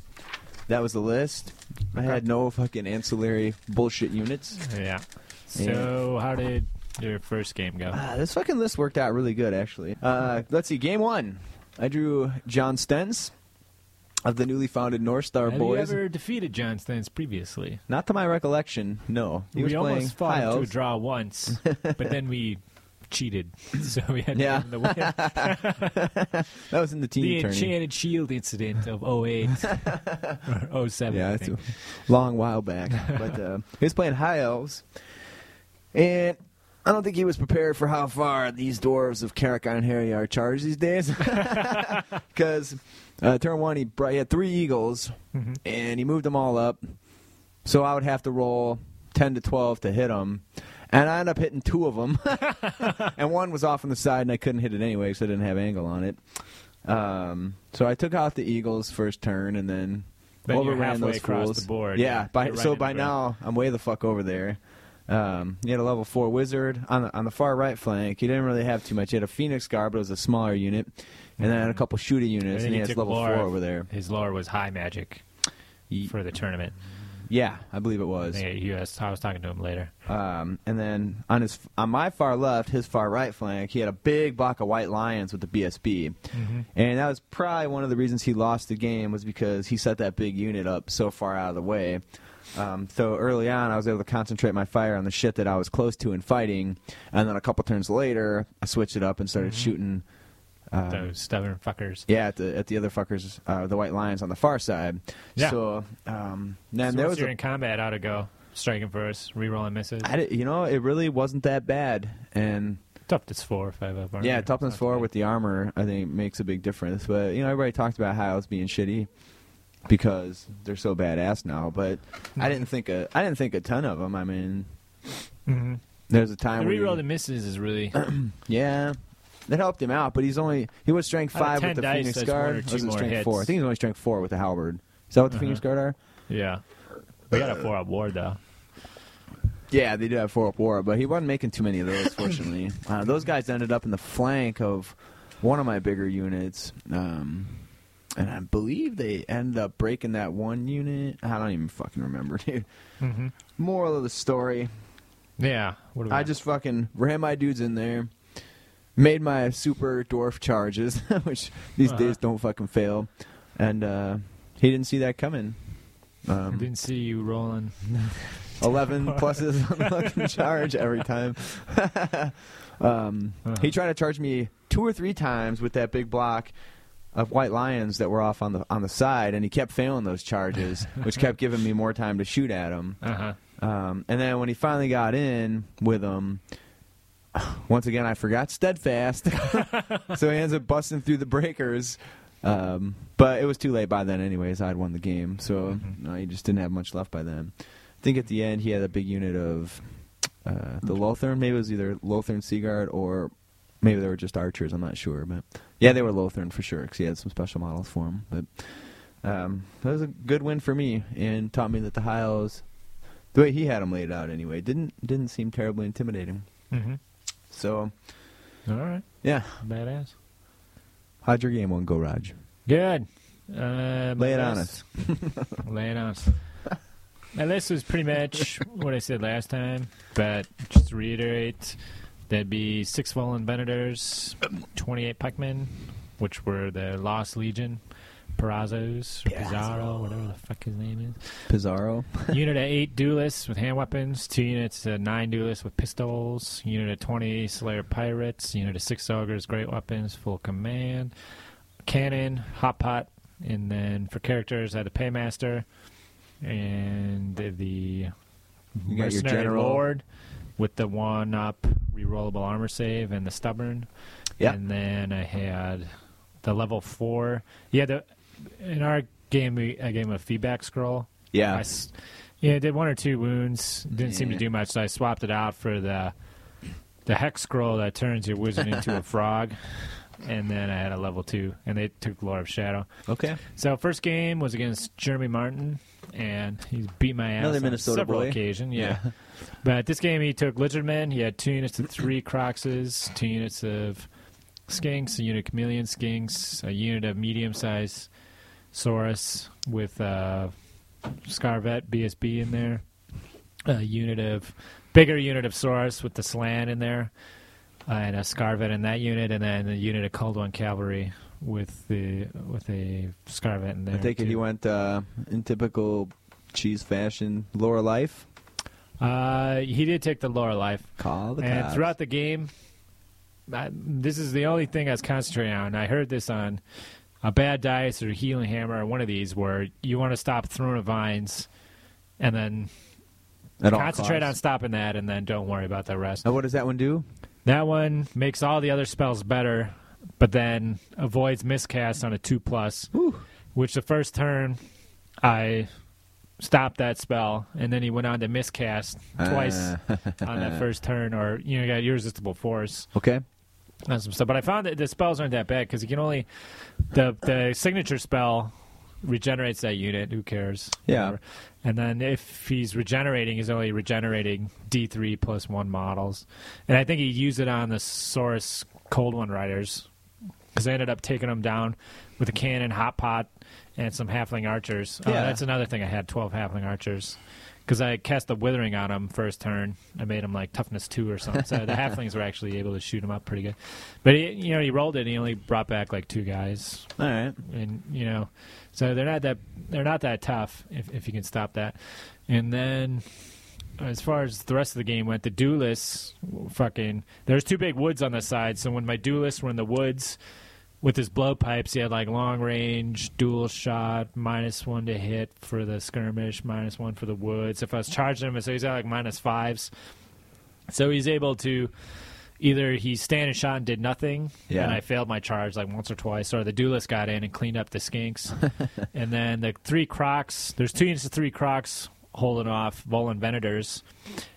S2: That was the list. I had no fucking ancillary bullshit units.
S1: Yeah. So how did your first game go?
S2: Ah, this fucking list worked out really good, actually. Uh, let's see, game one. I drew John Stentz of the newly founded North Star
S1: Have
S2: Boys.
S1: you ever defeated John Stans previously?
S2: Not to my recollection, no. He was
S1: we
S2: playing
S1: almost fought
S2: high
S1: him to a
S2: elves.
S1: draw
S2: [laughs]
S1: once, but then we cheated, [laughs] so we had to
S2: Yeah.
S1: give him the
S2: [laughs]
S1: win.
S2: That was in the team
S1: the
S2: tourney.
S1: Enchanted Shield incident of 08
S2: [laughs]
S1: or 07.
S2: yeah,
S1: I
S2: that's a
S1: think.
S2: long while back. but uh, [laughs] he was playing high elves, and I don't think he was prepared for how far these dwarves of Karakon and Harry are charged these days. [laughs] Because uh, turn one, he, brought, he had three eagles,
S1: Mm-hmm.
S2: and he moved them all up. So I would have to roll ten to twelve to hit them, and I ended up hitting two of them, [laughs] and one was off on the side, and I couldn't hit it anyway because I didn't have angle on it. Um, so I took out the eagles first turn, and then
S1: Then you're
S2: overran
S1: halfway
S2: those
S1: across
S2: fools.
S1: the board.
S2: Yeah,
S1: You're
S2: by,
S1: right
S2: so
S1: in
S2: by
S1: the room.
S2: now I'm way the fuck over there. Um, he had a level four wizard on the, on the far right flank. He didn't really have too much. He had a phoenix guard, but it was a smaller unit, and then a couple shooting
S1: I
S2: units,
S1: think
S2: and he has
S1: took
S2: level
S1: lore.
S2: four over there.
S1: His lore was high magic
S2: Ye-
S1: for the tournament.
S2: Yeah, I believe it
S1: I
S2: was.
S1: think he was- I was talking to him later.
S2: Um, and then on his on my far left, his far right flank, he had a big block of white lions with the BSB,
S1: Mm-hmm.
S2: and that was probably one of the reasons he lost the game was because he set that big unit up so far out of the way. Um, so early on, I was able to concentrate my fire on the shit that I was close to and fighting, and then a couple turns later, I switched it up and started
S1: Mm-hmm.
S2: shooting uh,
S1: Those stubborn fuckers.
S2: yeah, at the at the other fuckers, uh, the white lions on the far side.
S1: Yeah.
S2: So um, then
S1: so
S2: there
S1: once
S2: was
S1: you're
S2: a
S1: in combat, out to go striking first, rerolling misses.
S2: I di- you know, it really wasn't that bad. And
S1: Toughness four, five up. armor.
S2: yeah, toughness
S1: Not
S2: four
S1: bad.
S2: with the armor, I think, makes a big difference. But you know, everybody talked about how it's being shitty because they're so badass now. But I
S1: Hmm.
S2: didn't think a I didn't think a ton of them. I mean,
S1: Mhm.
S2: there's a
S1: The
S2: time where
S1: reroll
S2: [clears throat] you-
S1: the misses is really
S2: yeah. That helped him out, but he's only he was strength
S1: Out of
S2: five
S1: 10
S2: with the
S1: dice,
S2: Phoenix
S1: that's one
S2: Guard.
S1: or
S2: Or
S1: two
S2: Was it
S1: more
S2: strength
S1: hits. Uh-huh.
S2: four? I think he's only strength four with the halberd. Is that what the Phoenix Guard are?
S1: yeah. We got a four up ward though.
S2: Yeah, they did have four up war, but he wasn't making too many of
S1: [laughs]
S2: those. Fortunately, uh, those guys ended up in the flank of one of my bigger units, um, and I believe they ended up breaking that one unit. I don't even fucking remember, [laughs] dude.
S1: Mhm.
S2: Moral of the story:
S1: Yeah. What do we
S2: I
S1: got?
S2: just fucking ran my dudes in there, made my super dwarf charges, [laughs] which these
S1: Uh-huh.
S2: days don't fucking fail, and uh, he didn't see that coming. Um,
S1: didn't see you rolling.
S2: 11 pluses on the fucking charge every time. [laughs] um, He tried to charge me two or three times with that big block of white lions that were off on the on the side, and he kept failing those charges, which kept giving me more time to shoot at him.
S1: Uh huh.
S2: Um, and then when he finally got in with them, once again I forgot steadfast, [laughs] so he ends up busting through the breakers. Um, but it was too late by then, anyways. I had won the game, so no, he just didn't have much left by then. I think at the end he had a big unit of uh, the Lothern. Maybe it was either Lothern Seaguard or maybe they were just archers. I'm not sure, but yeah, they were Lothern for sure because he had some special models for him. But um, that was a good win for me and taught me that the high elves the way he had them laid out anyway didn't didn't seem terribly intimidating
S1: Mm-hmm.
S2: so
S1: All right.
S2: yeah
S1: Badass.
S2: how'd your game one go raj
S1: Good. Uh, my
S2: Lay it on
S1: list- Lay it on
S2: [laughs]
S1: us. My list was pretty much what I said last time, but just to reiterate, there'd be six fallen Venators, 28 Pikmin, which were the Lost Legion, Pirazzos, or Pizarro, whatever the fuck his name
S2: pizarro
S1: is. [laughs] unit of eight duelists with hand weapons, two units of nine duelists with pistols, unit of 20 Slayer Pirates, unit of six Augurs, great weapons, full command, Cannon, Hot Pot, and then for characters, I had the Paymaster and the
S2: You got your
S1: Mercenary
S2: general.
S1: Lord with the one up rerollable armor save and the Stubborn.
S2: Yeah.
S1: And then I had the level four. Yeah, the in our game, we, I gave him a feedback scroll. I
S2: yeah
S1: s- yeah, I did one or two wounds. Didn't seem to
S2: Yeah.
S1: do much, so I swapped it out for the the hex scroll that turns your wizard into a frog. and then I had a level two, and they took Lord of Shadow.
S2: Okay.
S1: So first game was against Jeremy Martin, and he beat my ass
S2: Another
S1: on
S2: Minnesota
S1: several
S2: boy.
S1: occasion. Yeah. [laughs] but this game he took Lizardmen. He had two units of three Croxes, two units of Skinks, a unit of Chameleon Skinks, a unit of medium-sized Saurus with uh, Scarvet BSB in there, a unit of bigger unit of Saurus with the slant in there, uh, and a Scarvet in that unit, and then a unit of Cold Cavalry with the with a Scarvet in there.
S2: I take it
S1: too.
S2: he went uh, in typical cheese fashion, lower life.
S1: Uh, he did take the lower life,
S2: Call the
S1: and
S2: cops.
S1: throughout the game, I, this is the only thing I was concentrating on. I heard this on a bad dice or healing hammer, or one of these, where you want to stop throwing vines, and then
S2: At all
S1: concentrate on
S2: costs.
S1: stopping that, and then don't worry about the rest.
S2: Now, what does that one do?
S1: That one makes all the other spells better, but then avoids miscast on a two plus, which the first turn I stopped that spell, and then he went on to miscast twice
S2: Ah.
S1: on that first turn, or you know, you got irresistible force
S2: Okay.
S1: on some stuff. But I found that the spells aren't that bad because you can only the the signature spell regenerates that unit. Who cares?
S2: Yeah.
S1: And then if he's regenerating, he's only regenerating D three plus one models, and I think he used it on the Source Cold One Riders because I ended up taking them down with a cannon, hot pot, and some halfling archers. Oh,
S2: Yeah.
S1: that's another thing I had twelve halfling archers. Because I cast the withering on them first turn, I made him like toughness two or something. So the halflings were actually able to shoot him up pretty good. But he, you know, he rolled it. and He only brought back like two guys,
S2: All right.
S1: and you know, so they're not that they're not that tough if if you can stop that. And then, as far as the rest of the game went, the duelists fucking there's two big woods on the side. So when my duelists were in the woods with his blowpipes, he had like long range dual shot, minus one to hit for the skirmish, minus one for the woods. If I was charging him, so he's at like minus fives. So he's able to either he stand and shot and did nothing,
S2: Yeah.
S1: and I failed my charge like once or twice, or the duelist got in and cleaned up the skinks. and then the three crocs, there's two units of three crocs holding off Volan Venators.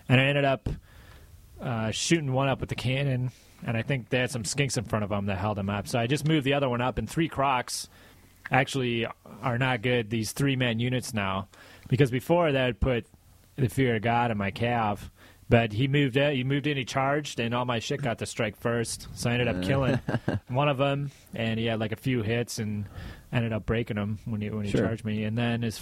S1: And I ended up uh, shooting one up with the cannon, and I think they had some skinks in front of them that held him up. So I just moved the other one up, and three crocs actually are not good, these three man units now, because before that would put the fear of God in my calf. But he moved out. He moved in. He charged, and all my shit got to strike first. So I ended up killing one of them, and he had like a few hits, and ended up breaking him when he when he
S2: Sure.
S1: charged me. And then his,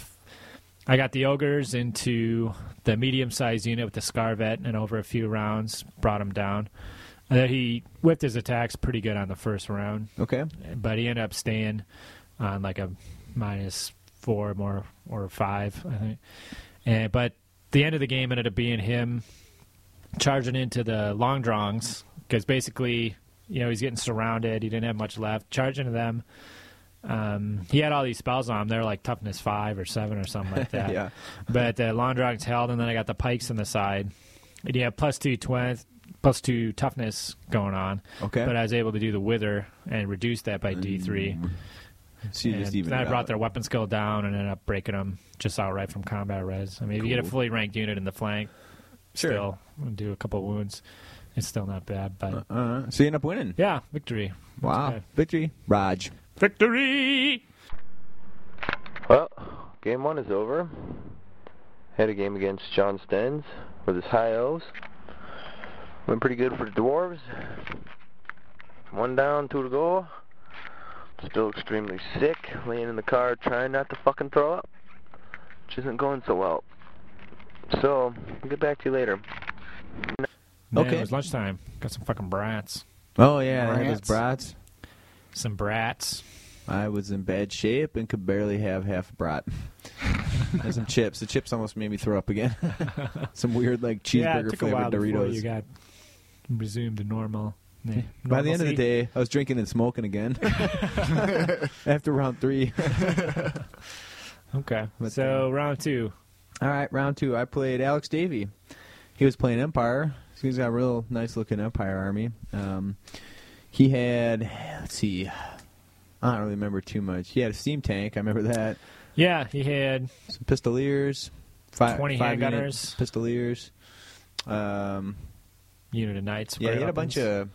S1: I got the ogres into the medium sized unit with the scarvet, and over a few rounds brought him down. And then he whipped his attacks pretty good on the first round
S2: Okay.
S1: but he ended up staying on like a minus four more or five, I think. And but the end of the game ended up being him charging into the long drongs because basically, you know, he's getting surrounded. He didn't have much left. Charging to them. Um, he had all these spells on him. They're like toughness five or seven or something like that.
S2: Yeah.
S1: But the long drongs held, and then I got the pikes on the side. And yeah, plus two twins, plus two toughness going on.
S2: Okay.
S1: But I was able to do the wither and reduce that by D three.
S2: So you
S1: And
S2: just even.
S1: then I
S2: it
S1: brought
S2: out.
S1: their weapon skill down and ended up breaking them just outright from combat res. I mean, if you get a
S2: Cool.
S1: fully ranked unit in the flank,
S2: Sure.
S1: still and do a couple wounds, it's still not bad. But
S2: Uh, so you end up winning.
S1: yeah, victory.
S2: Wow.
S1: okay.
S2: Victory. Raj.
S1: Victory.
S7: Well, game one is over. Had a game against John Stenz with his high O's. Went pretty good for the Dwarves. One down, two to go. Still extremely sick, laying in the car trying not to fucking throw up. Which isn't going so well. So, I'll get back to you later.
S1: Man,
S2: Okay.
S1: It was lunchtime. Got some fucking brats.
S2: Oh, yeah. I had his
S3: Brats.
S2: brats.
S1: Some brats.
S2: I was in bad shape and could barely have half a
S1: [laughs]
S2: brat. and some chips. The chips almost made me throw
S1: [laughs]
S2: up again. some weird, like,
S1: yeah, it
S2: cheeseburger
S1: took a while
S2: flavored
S1: before you
S2: Doritos.
S1: got resumed to normal. yeah,
S2: By the end of the
S1: normalcy.
S2: day, I was drinking and smoking
S1: [laughs]
S2: again. [laughs] After round three. [laughs]
S1: Okay.
S2: But, uh,
S1: so round two.
S2: All right, round two. I played Alex Davey. He was playing Empire. He's got a real nice looking Empire army. Um, he had, let's see, I don't really remember too much. He had a steam tank. I remember that.
S1: Yeah, he had
S2: Some pistoliers, five,
S1: 20
S2: five unit
S1: handgunners.
S2: pistoliers. Um,
S1: unit of knights.
S2: yeah, he had a bunch of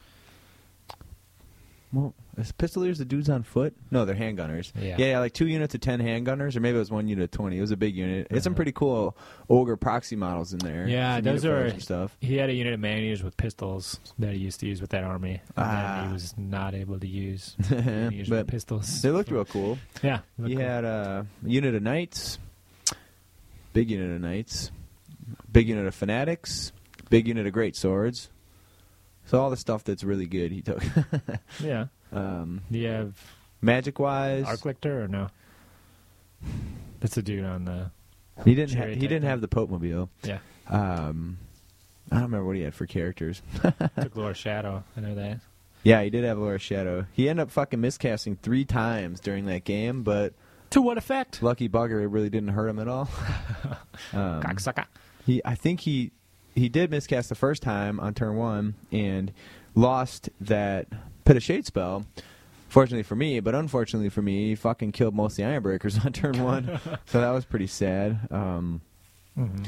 S2: Well, is pistoliers the dudes on foot? No, they're handgunners.
S1: Yeah.
S2: yeah, like two units of ten handgunners, or maybe it was one unit of twenty. It was a big unit. It's some pretty cool ogre proxy models in there.
S1: Uh-huh. Yeah,
S2: Some
S1: those
S2: uniforms
S1: are-
S2: and stuff.
S1: He had a unit of man eaters with pistols that he used to use with that army. And then
S2: Ah.
S1: he was not able to
S2: [laughs]
S1: use man eaters
S2: But
S1: with pistols.
S2: They looked real cool.
S1: Yeah.
S2: He
S1: looked cool.
S2: had uh, a unit of knights, big unit of knights, big unit of fanatics, big unit of great swords. So all the stuff that's really good he took. [laughs]
S1: Yeah.
S2: um,
S1: Do you have
S2: magic wise,
S1: Arc Lictor or no? That's the dude on the.
S2: he didn't ha-
S1: Cherry
S2: he
S1: type
S2: didn't
S1: thing.
S2: have the Pope mobile.
S1: Yeah.
S2: Um, I don't remember what he had for characters.
S1: Took Lord Shadow. I know that.
S2: yeah, he did have Laura Shadow. He ended up fucking miscasting three times during that game, but
S1: To what effect?
S2: lucky bugger, it really didn't hurt him at all. [laughs] um,
S1: Cocksucker.
S2: He, I think he he did miscast the first time on turn one and lost that pit of shade spell. Fortunately for me, but unfortunately for me, he fucking killed most of the iron breakers [laughs] on turn one, so that was pretty sad. Um,
S1: Mm-hmm.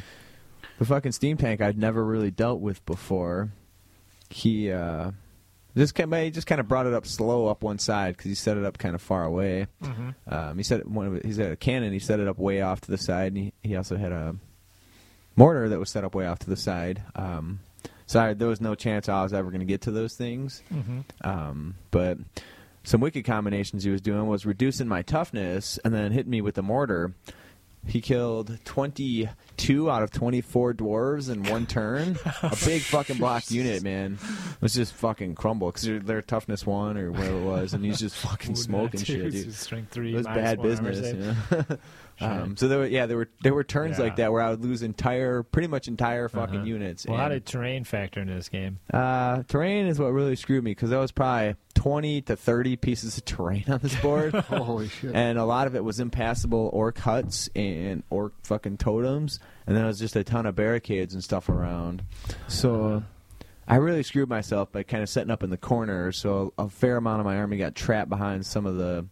S2: The fucking steam tank I'd never really dealt with before. He uh, just kind of, he just kind of brought it up slow up one side because he set it up kind of far away. Um, he set one of his- he had a cannon. He set it up way off to the side, and he, he also had a mortar that was set up way off to the side. Um, so I, there was no chance I was ever going to get to those things.
S1: Mm-hmm.
S2: Um, but some wicked combinations he was doing was reducing my toughness and then hitting me with the mortar. He killed 22 out of 24 dwarves in
S1: [laughs]
S2: one turn. a big fucking block unit, man. It was just fucking crumble because their, their toughness one or whatever it was, and
S1: [laughs]
S2: he's just fucking smoking shit, dude.
S1: Strength three.
S2: It was
S1: minus
S2: bad
S1: one armor
S2: business.
S1: save.
S2: You know? [laughs] um, so there were yeah there were there were turns
S1: Yeah.
S2: like that where I would lose entire pretty much entire fucking
S1: Uh-huh.
S2: units.
S1: Well, how
S2: and-
S1: did terrain factor into this game?
S2: uh, terrain is what really screwed me because that was probably twenty to thirty pieces of terrain on this board.
S3: Holy Oh, shit.
S2: And a lot of it was impassable orc huts and orc fucking totems, and then it was just a ton of barricades and stuff around. So I really screwed myself by kind of setting up in the corner, so a fair amount of my army got trapped behind some of the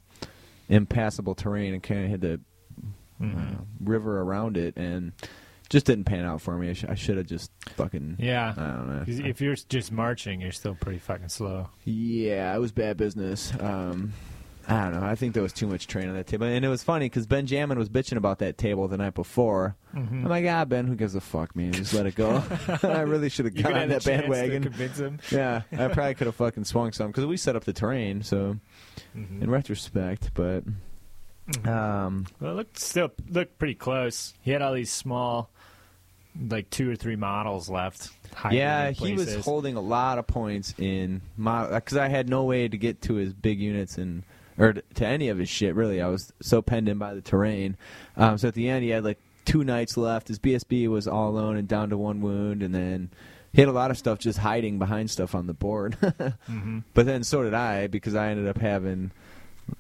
S2: impassable terrain and kind of had to uh, river around it, and just didn't pan out for me. I, sh- I should have just fucking
S1: Yeah.
S2: I don't know.
S1: 'Cause [laughs] if you're s- just marching, you're still pretty fucking slow.
S2: Yeah, it was bad business. Um, I don't know. I think there was too much train on that table, and it was funny because Benjamin was bitching about that table the night before. I'm like, ah, Ben, who gives a fuck, man? Just let it go. [laughs] I really should have got on that bandwagon.
S1: convince him.
S2: yeah, I probably could have fucking swung some because we set up the terrain. So, in retrospect, but um,
S1: Well, it looked still looked pretty close. He had all these small, like two or three models left. hiding
S2: yeah,
S1: in
S2: he was
S1: places.
S2: holding a lot of points in my because I had no way to get to his big units and or t- to any of his shit. Really, I was so penned in by the terrain. Um, so at the end, he had like two knights left. His BSB was all alone and down to one wound, and then he had a lot of stuff just hiding behind stuff on the board. [laughs]
S1: Mm-hmm.
S2: But then so did I because I ended up having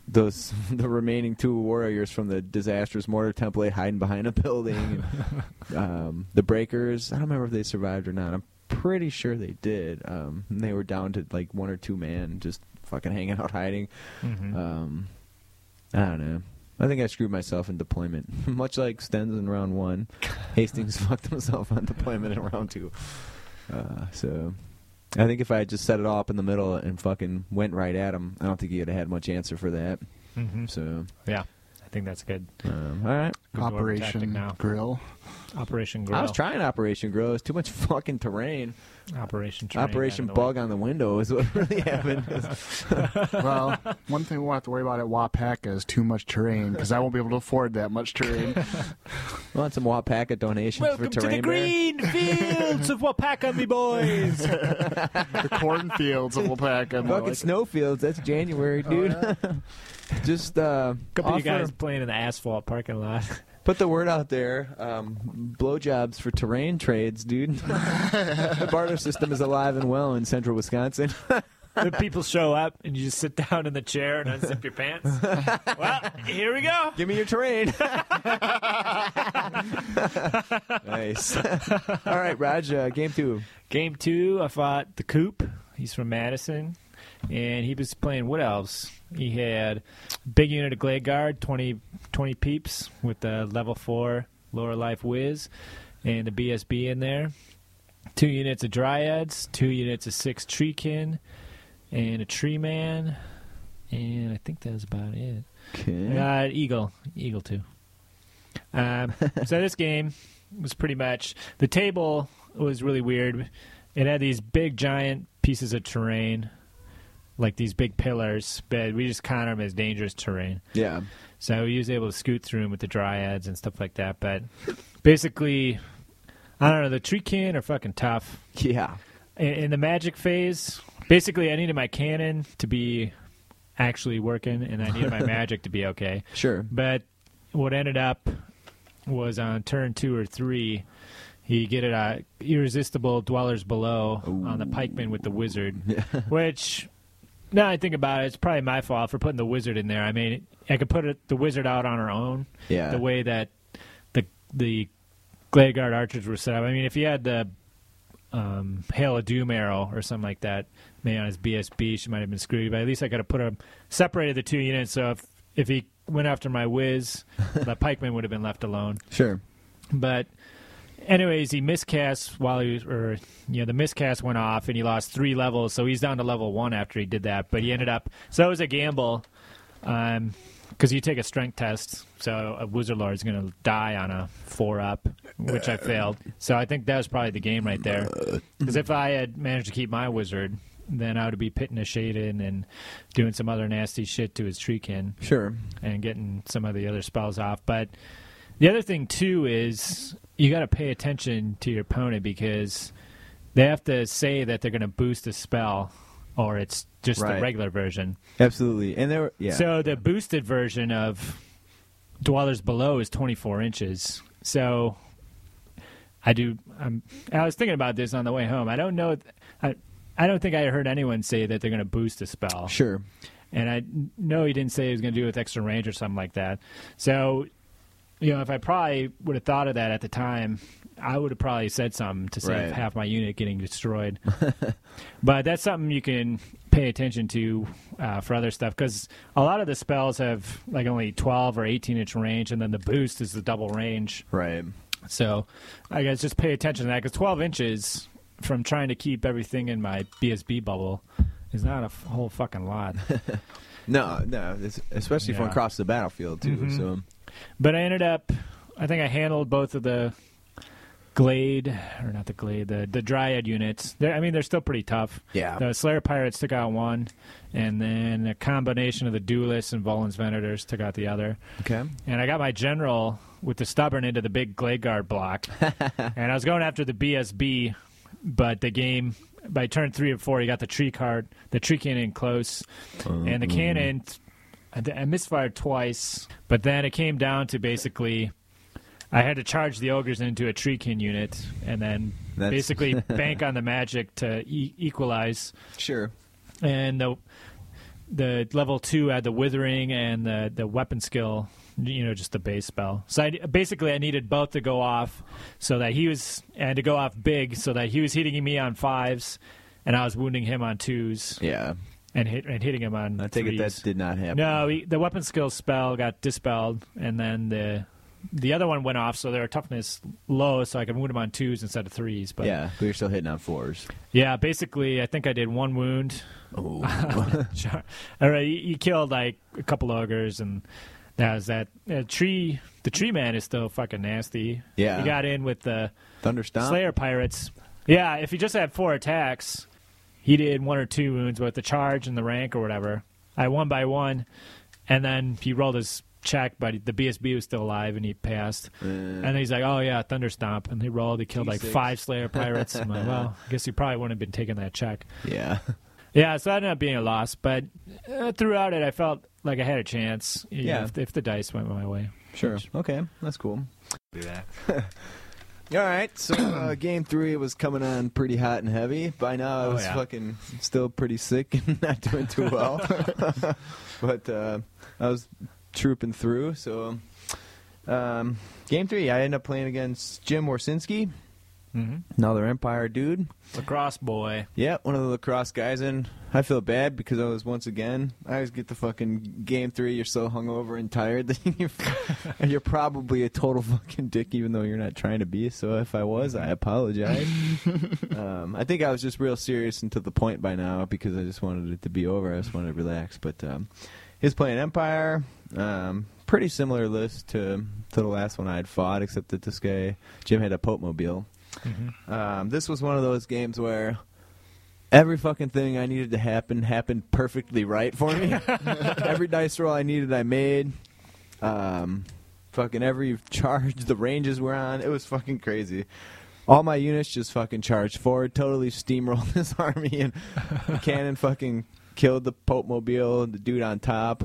S2: those [laughs] the remaining two warriors from the disastrous mortar template hiding behind
S1: [laughs]
S2: a building. um, the breakers, I don't remember if they survived or not. I'm pretty sure they did. Um, and they were down to like one or two man, just fucking hanging out hiding.
S1: Mm-hmm,
S2: Um, I don't know. I think I screwed myself in deployment, [laughs] much like Stens in round one. Hastings [laughs] fucked himself on deployment in round two. Uh, so I think if I had just set it all up in the middle and fucking went right at him, I don't think he would have had much answer for that.
S1: Mhm.
S2: So,
S1: Yeah, I think that's good.
S2: um, all right.
S1: good war tactic
S3: Operation
S1: now.
S3: Grill.
S1: [laughs] Operation Grill.
S2: I was trying Operation Grow. It's too much [laughs] fucking terrain.
S1: Operation Terrain
S2: Operation
S1: out of the way.
S2: Bug on the window is what
S1: [laughs]
S2: really [laughs] happened.
S3: Well, one thing we won't have to worry about at Wapaka is too much terrain because I won't be able to afford that
S2: [laughs]
S3: much terrain.
S2: Want some Wapaka donations
S1: Welcome
S2: for
S1: to
S2: terrain?
S1: the
S2: [laughs]
S1: green fields of Wapaka, me boys.
S3: the cornfields of Wapaka.
S2: Bear?
S3: more
S2: Fucking
S3: like it.
S2: snowfields. That's January, dude. [laughs] just uh,
S1: Oh, Couple of you
S2: offer-
S1: guys playing in the asphalt parking lot.
S2: Put the word out there. Um, blowjobs for terrain
S1: [laughs]
S2: trades, dude. the barter system is alive and well in central Wisconsin.
S1: the people show up, and you just sit [laughs] down in the chair and unzip your
S2: [laughs]
S1: pants. well, here we go.
S2: Give me your terrain. [laughs] nice. All right, Raj, uh, game two.
S1: Game two, I fought the Coop. He's from Madison, and he was playing what else? He had big unit of Glade Guard, 20, 20 peeps with the level four lower life whiz, and the BSB in there. Two units of Dryads, two units of six Treekin, and a tree man, and I think that was about it.
S2: Okay.
S1: Uh, Eagle, Eagle too. Um, so this game was pretty much the table was really weird. It had these big giant pieces of terrain, like these big pillars, but we just counted them as dangerous terrain.
S2: Yeah.
S1: So he was able to scoot through him with the dryads and stuff like that. But basically, I don't know. The tree can are fucking tough.
S2: Yeah.
S1: In, in the magic phase, basically, I needed my cannon to be actually working, and I needed my magic to be okay.
S2: Sure.
S1: But what ended up was on turn two or three, he get it uh, irresistible dwellers below on the pikeman with the wizard, which. Now I think about it, it's probably my fault for putting the wizard in there. I mean, I could put it, the wizard out on her own.
S2: Yeah.
S1: The way that the the glade guard archers were set up. I mean, if he had the um, hail of doom arrow or something like that, maybe on his BSB, she might have been screwed. But at least I could have put him separated the two units. So if if he went after my whiz, the pikeman would have been left alone.
S2: Sure.
S1: But anyways, he miscast while he was, or you know, the miscast went off and he lost three levels, so he's down to level one after he did that. But he ended up so it was a gamble, um, because you take a strength test, so a wizard lord is going to die on a four up, which I failed. So I think that was probably the game right there, because if I had managed to keep my wizard. Then I would be pitting a shade in and doing some other nasty shit to his tree kin
S2: Sure.
S1: and getting some of the other spells off. But the other thing too is you got to pay attention to your opponent because they have to say that they're going to boost a spell, or it's just
S2: Right.
S1: the regular version.
S2: Absolutely. And there. Yeah.
S1: So the boosted version of Dwellers Below is 24 inches. So I do. I'm, I was thinking about this on the way home. I don't know. I, I don't think I heard anyone say that they're going to boost a spell
S2: sure.
S1: and I know he didn't say he was going to do it with extra range or something like that. So, you know, if I probably would have thought of that at the time, I would have probably said something to save
S2: Right.
S1: half my unit getting destroyed. but that's something you can pay attention to uh, for other stuff because a lot of the spells have like only 12 or 18 inch range, and then the boost is the double range.
S2: Right.
S1: So I guess just pay attention to that because 12 inches from trying to keep everything in my BSB bubble is not a f- whole fucking lot.
S2: No. No. It's, especially if one
S1: Yeah. Mm-hmm.
S2: crosses the battlefield too. So.
S1: But I ended up, I think I handled both of the Glade, or not the Glade, the, the Dryad units. They're, I mean, they're still pretty tough.
S2: Yeah.
S1: The Slayer Pirates took out one, and then a combination of the Duelists and Volan's Venators took out the other.
S2: Okay.
S1: And I got my General with the Stubborn into the big Glade Guard block. and I was going after the BSB, but the game. By turn three or four, he got the tree card, the tree cannon close, and the cannon I, th- I misfired twice, but then it came down to basically I had to charge the ogres into a treekin unit and then
S2: That's-
S1: basically bank on the magic to e- equalize.
S2: Sure.
S1: And the the level two had the withering and the the weapon skill, you know, just the base spell. So I, basically, I needed both to go off so that he was and to go off big so that he was hitting me on fives and I was wounding him on twos
S2: Yeah.
S1: and hit, and hitting him on.
S2: I take it
S1: threes.
S2: that did not happen.
S1: No, he, the weapon skill spell got dispelled, and then the the other one went off, so their toughness low, so I could wound him on twos instead of threes. But
S2: Yeah. We were still hitting
S1: [laughs]
S2: on fours. [laughs]
S1: yeah, basically, I think I did one wound.
S2: Oh.
S1: [laughs] Sure. All right, you, you killed like a couple ogres, and that was that. Uh, tree, the tree man is still fucking nasty.
S2: Yeah.
S1: he got in with the
S2: Thunderstomp.
S1: Slayer pirates. Yeah, if he just had four attacks, he did one or two wounds with the charge and the rank or whatever. I one by one, and then he rolled his check, but the BSB was still alive and he passed. And then he's like, "Oh yeah, thunderstomp," and he rolled. He killed like
S2: D6.
S1: five Slayer pirates. I'm like, well, I guess he probably wouldn't have been taking that check.
S2: Yeah.
S1: Yeah, so that ended up being a loss, but uh, throughout it, I felt like I had a chance. you know,
S2: Yeah.
S1: if, if the dice went my way.
S2: Sure. Okay. That's cool. All right, so uh, [clears throat] game three was coming on pretty hot and heavy. By now, I
S1: Oh,
S2: was
S1: yeah.
S2: fucking still pretty sick and [laughs] not doing too well, but uh, I was trooping through. So, um, game three, I ended up playing against Jim Warsinski,
S1: Mm-hmm.
S2: Another Empire dude.
S1: Lacrosse boy.
S2: Yeah, one of the lacrosse guys in. I feel bad because I was once again. I always get the fucking game three. You're so hungover and tired [laughs] that you're, and you're probably a total fucking dick, even though you're not trying to be. So if I was, I apologize. um, I think I was just real serious and to the point by now because I just wanted it to be over. I just wanted to relax. But um, he's playing Empire. Um, pretty similar list to to the last one I had fought, except that this guy Jim had a Pope mobile. Um, this was one of those games where every fucking thing I needed to happen happened perfectly right for me. every dice roll I needed, I made. Um, fucking every charge, the ranges were on. It was fucking crazy. All my units just fucking charged forward, totally steamrolled [laughs] this army, and the cannon fucking killed the Pope Mobile, the dude on top.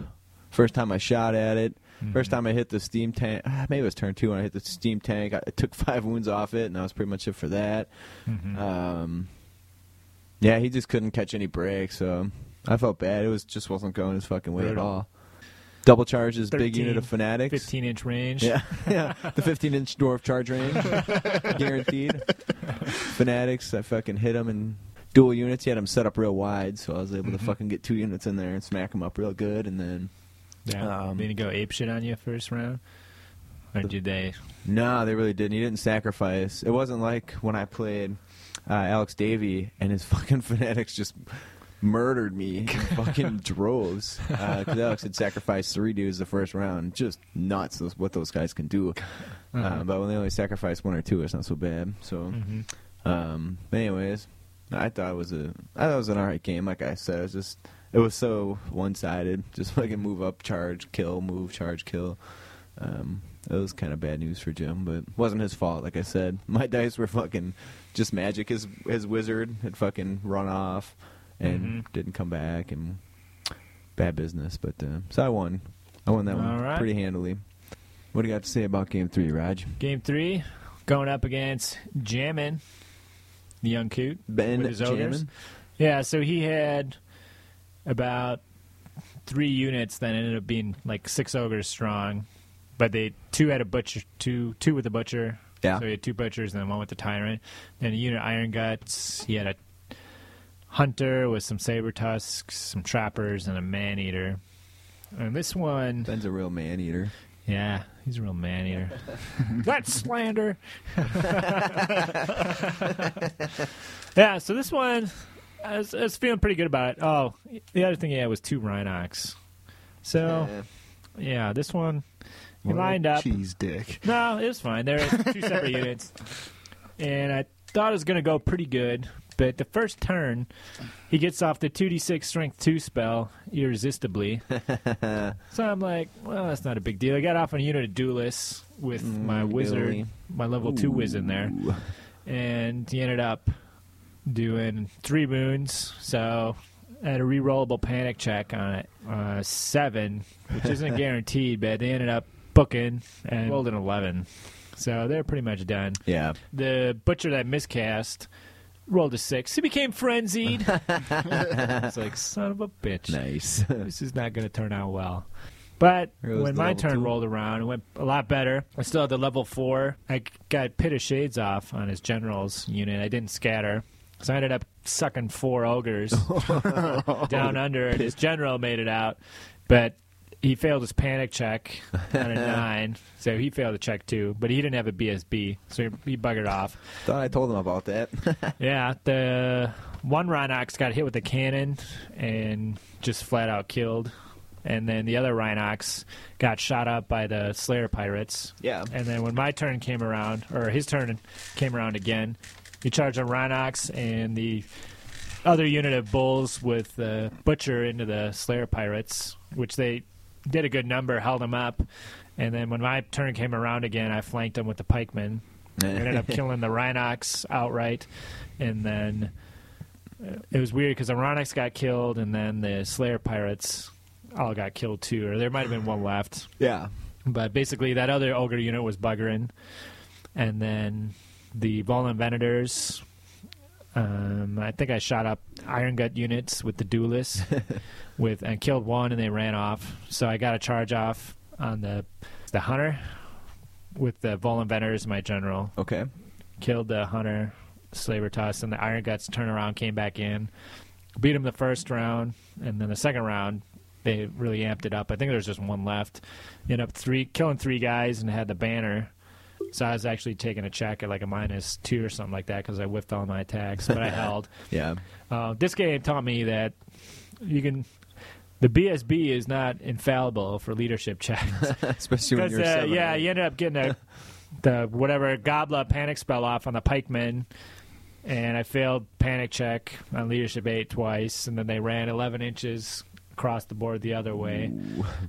S2: First time I shot at it. First time I hit the steam tank, [sighs] ah, maybe it was turn two when I hit the steam tank. I, I took [laughs] five wounds off it, and that was pretty much it for that. Um, yeah, he just couldn't catch any breaks, so I felt bad. It was just wasn't going his fucking way
S1: Brutal.
S2: at all. Double charges, big
S1: 13,
S2: unit of fanatics.
S1: 15 inch range.
S2: Yeah, [laughs] yeah. The 15 inch dwarf charge range, guaranteed. Fanatics, I fucking hit him in dual units. He had him set up real wide, so I was able to fucking get two units in there and smack him up real good. And then,
S1: Yeah.
S2: Um,
S1: did he go ape shit on you first round? Or did they?
S2: no, they really didn't. He didn't sacrifice. It wasn't like when I played uh, Alex Davey and his [laughs] fucking fanatics just murdered me in fucking droves because Alex had sacrificed three dudes the first round. Just nuts those- what those guys can do. Uh, but when they only sacrifice one or two, it's not so bad. So. Um, but anyways, I thought it was a I thought it was an alright game. Like I said, it was just it was so one sided. [laughs] Just fucking move up, charge, kill, move, charge, kill. Um, it was kind of bad news for Jim, but it wasn't his fault. Like I said, [laughs] my dice were fucking just magic. His his wizard had fucking run off and
S1: Mm-hmm.
S2: didn't come back, and bad business. But uh, so I won. I won that
S1: All
S2: one
S1: right.
S2: pretty handily. What do you got to say about game three, Raj?
S1: Game three, going up against Jammin, the young coot.
S2: Ben
S1: with his ogres.
S2: Jammin?
S1: Yeah, so he had about three units that ended up being like six ogres strong, but they two had a butcher, two two with a butcher.
S2: Yeah.
S1: So he had two butchers and then one with the tyrant. Then a unit of iron guts. He had a hunter with some saber tusks, some trappers, and a man eater. And this one,
S2: Ben's a real man eater.
S1: yeah, he's a real man eater. [laughs] That's slander. [laughs] yeah, so this one, I was, I was feeling pretty good about it. Oh, the other thing, yeah, was two Rhinox. So,
S2: Yeah.
S1: yeah, this one, we
S3: What a
S1: lined up.
S3: Cheese dick.
S1: No, it was fine. They're two separate units. And I thought it was going to go pretty good. But the first turn, he gets off the 2d6 strength 2 spell irresistibly. so I'm like, well, that's not a big deal. I got off on a unit of duelists with my wizard,
S2: Billy.
S1: my level 2 wiz in there. And he ended up doing three wounds. So I had a rerollable panic check on it, uh, seven, which isn't guaranteed, but they ended up booking and rolled an 11. So they're pretty much done.
S2: Yeah.
S1: The butcher that miscast rolled a six. He became frenzied. it's like, son of a bitch.
S2: Nice.
S1: This is not going to turn out well. But
S2: Rose
S1: when
S2: the
S1: my
S2: level
S1: turn
S2: two.
S1: rolled around, it went a lot better. I still had the level four. I got Pit of Shades off on his general's unit. I didn't scatter. So I ended up sucking four
S2: [laughs]
S1: ogres
S2: Oh,
S1: down under, and his general made it out. But he failed his panic check on a
S2: [laughs]
S1: nine, so he failed the check too. But he didn't have a BSB, so he, he buggered off.
S2: [laughs] Thought I told him about that.
S1: Yeah, the one Rhinox got hit with a cannon and just flat out killed. And then the other Rhinox got shot up by the Slayer pirates.
S2: Yeah.
S1: And then when my turn came around, or his turn came around again, he charged on Rhinox and the other unit of bulls with the butcher into the Slayer pirates, which they did a good number, held them up. And then when my turn came around again, I flanked him with the pikemen. I ended up killing the Rhinox outright, and then uh, it was weird because the Rhinox got killed, and then the Slayer pirates all got killed too, or there might have been one left.
S2: [laughs] yeah.
S1: But basically, that other ogre unit was buggering, and then the Volan Venators. Um, I think I shot up Iron Gut units with the duelists, with and killed one, and they ran off. So I got a charge off on the the hunter with the Volan Venators, my general,
S2: Okay.
S1: killed the hunter slaver toss, and the Iron Guts turned around, came back in, beat him the first round, and then the second round they really amped it up. I think there was just one left. Ended up three killing three guys and had the banner. So I was actually taking a check at like a minus two or something like that because I whiffed all my attacks, but I held.
S2: Yeah. [laughs]
S1: Uh, this game taught me that you can. The BSB is not infallible for leadership [laughs] checks.
S2: Especially when
S1: Because
S2: you're
S1: uh,
S2: seven.
S1: yeah, you ended up getting
S2: [laughs]
S1: a, the whatever Gobla panic spell off on the pikemen, and I failed panic check on leadership eight twice, and then they ran eleven inches across the board the other way,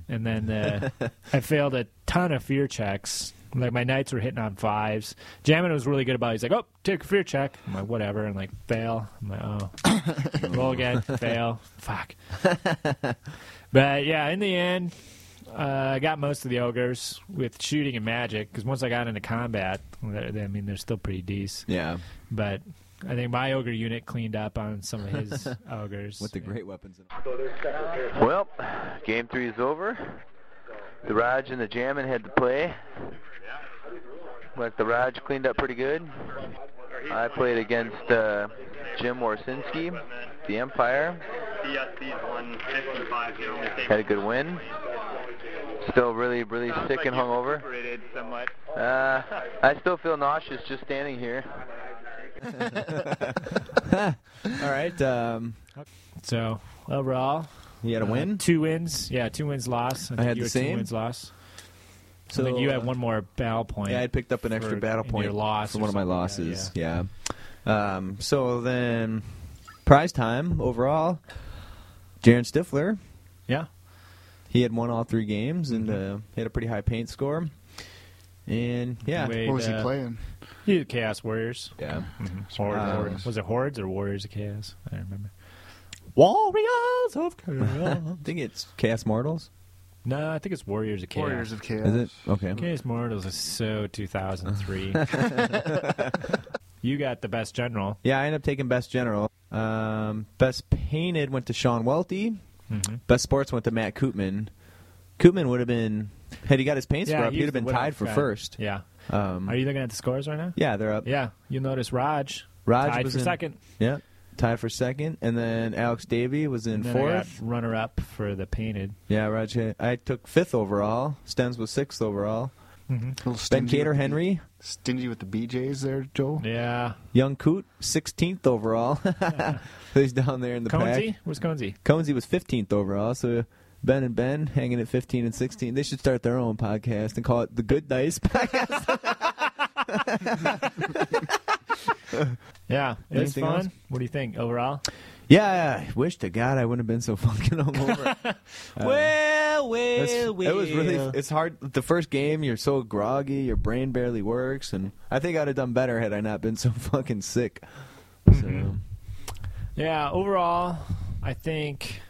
S1: and then
S2: [laughs]
S1: uh, I failed a ton of fear checks. Like my knights were hitting on fives. Jamin was really good about. it. He's like, "Oh, take a fear check." I'm like, "Whatever," and like fail. I'm like, "Oh."
S2: [laughs]
S1: roll again, fail, fuck. but yeah, in the end, uh, I got most of the ogres with shooting and magic because once I got into combat, they're- they- I mean they're still pretty decent.
S2: Yeah.
S1: But I think my ogre unit cleaned up on some of
S2: [laughs]
S1: his ogres.
S2: With the great weapons. and-
S7: Well, game three is over. The Raj and the Jammin had to play. But the Raj cleaned up pretty good. I played against uh, Jim Warsinski, the Empire. Had a good win. Still really, really sick and hungover. Uh, I still feel nauseous just standing here.
S2: All right. Um,
S1: So overall,
S2: you had a
S1: uh,
S2: win.
S1: two wins. Yeah, two wins, loss. I, think
S2: had
S1: you
S2: the
S1: were
S2: same.
S1: Two wins, loss.
S2: So
S1: I think you
S2: uh,
S1: had one more battle point.
S2: Yeah, I picked up an
S1: for-
S2: extra battle
S1: in
S2: point
S1: your loss
S2: for
S1: or
S2: one of my
S1: something like that,
S2: losses. yeah. Um, so then, prize time overall. Jaron Stifler,
S1: yeah.
S2: he had won all three games and
S1: Mm-hmm.
S2: uh, he had a pretty high paint score. And yeah,
S1: Wait,
S3: What was he
S1: uh,
S3: playing?
S1: he had Chaos Warriors.
S2: yeah,
S1: Horde,
S2: Um,
S1: Horde. Was it Hordes or Warriors of Chaos? I don't remember. Warriors of
S2: I
S1: Chaos.
S2: think it's Chaos Mortals.
S1: [laughs] no, I think it's Warriors of Chaos.
S3: Warriors of Chaos.
S2: Is it okay?
S1: Chaos Mortals is so
S2: [laughs]
S1: 2003. [laughs] you got the best general.
S2: Yeah, I ended up taking best general. Um, best painted went to Sean Welty.
S1: Mhm.
S2: Best sports went to Matt Koopman. Koopman would have been had he got his paint score up,
S1: he
S2: he'd
S1: was
S2: have been
S1: the
S2: tied for
S1: winner.
S2: first.
S1: Yeah.
S2: Um,
S1: Are you looking at the scores right now?
S2: yeah, they're up.
S1: Yeah. You'll notice Raj.
S2: Raj
S1: tied
S2: was
S1: for
S2: in
S1: second.
S2: Yeah, tied for second, and then Alex Davey was in
S1: And then I got
S2: fourth.
S1: runner up for the painted.
S2: Yeah, Roger. I took fifth overall. Stens was sixth overall.
S3: Little
S2: Ben
S3: stingy
S2: Cater
S3: with the-
S2: Henry,
S3: Stingy with the BJs there, Joe.
S1: Yeah.
S2: Young Coot, sixteenth overall. [laughs] He's down there in the
S1: Conzi?
S2: pack.
S1: Where's Conzi?
S2: Conesy was fifteenth overall. So Ben and Ben hanging at fifteen and sixteen. They should start their own podcast and call it the Good Dice Podcast.
S1: Yeah. It was
S2: Anything
S1: fun.
S2: else?
S1: What do you think overall?
S2: [laughs] yeah, I wish to God I wouldn't have been so [laughs] fucking hungover.
S1: well,
S2: Uh, That's- It was really. It's hard. The first game, you're so groggy, your brain barely works, and I think I'd have done better had I not been so [laughs] fucking sick.
S1: Mm-hmm.
S2: So,
S1: Yeah, overall, I think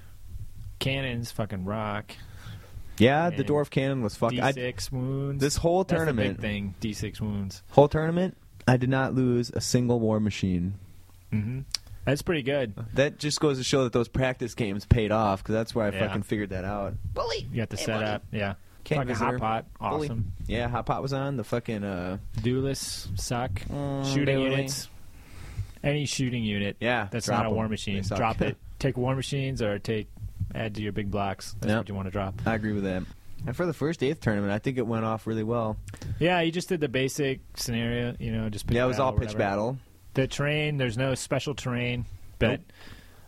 S1: cannons fucking rock.
S2: yeah, the
S1: And
S2: dwarf cannon was fucking. I,
S1: D6 wounds.
S2: this whole
S1: That's the
S2: tournament,
S1: big thing. D6 wounds.
S2: whole tournament, I did not lose a single war machine.
S1: hmm That's pretty good.
S2: That just goes to show that those practice games paid off because that's where I
S1: Yeah.
S2: fucking figured that out.
S1: You got the setup. Yeah.
S2: Can't
S1: fucking
S2: visitor.
S1: hot pot.
S2: Bully.
S1: Awesome.
S2: Yeah, hot pot was on the fucking. uh
S1: Duelists suck.
S2: Mm, they
S1: shooting
S2: were
S1: units. Any shooting unit.
S2: Yeah,
S1: That's
S2: drop
S1: not a war
S2: them. They
S1: machine.
S2: suck.
S1: Drop
S2: [laughs]
S1: it. Take war machines or take add to your big blocks. That's
S2: Yep.
S1: what you want to drop.
S2: I agree with that. And for the first eighth tournament, I think it went off really well.
S1: Yeah, you just did the basic scenario. You know, just pitch
S2: yeah, it was
S1: battle
S2: all
S1: or
S2: pitch
S1: whatever.
S2: battle.
S1: The terrain. There's no special terrain. But
S2: Nope.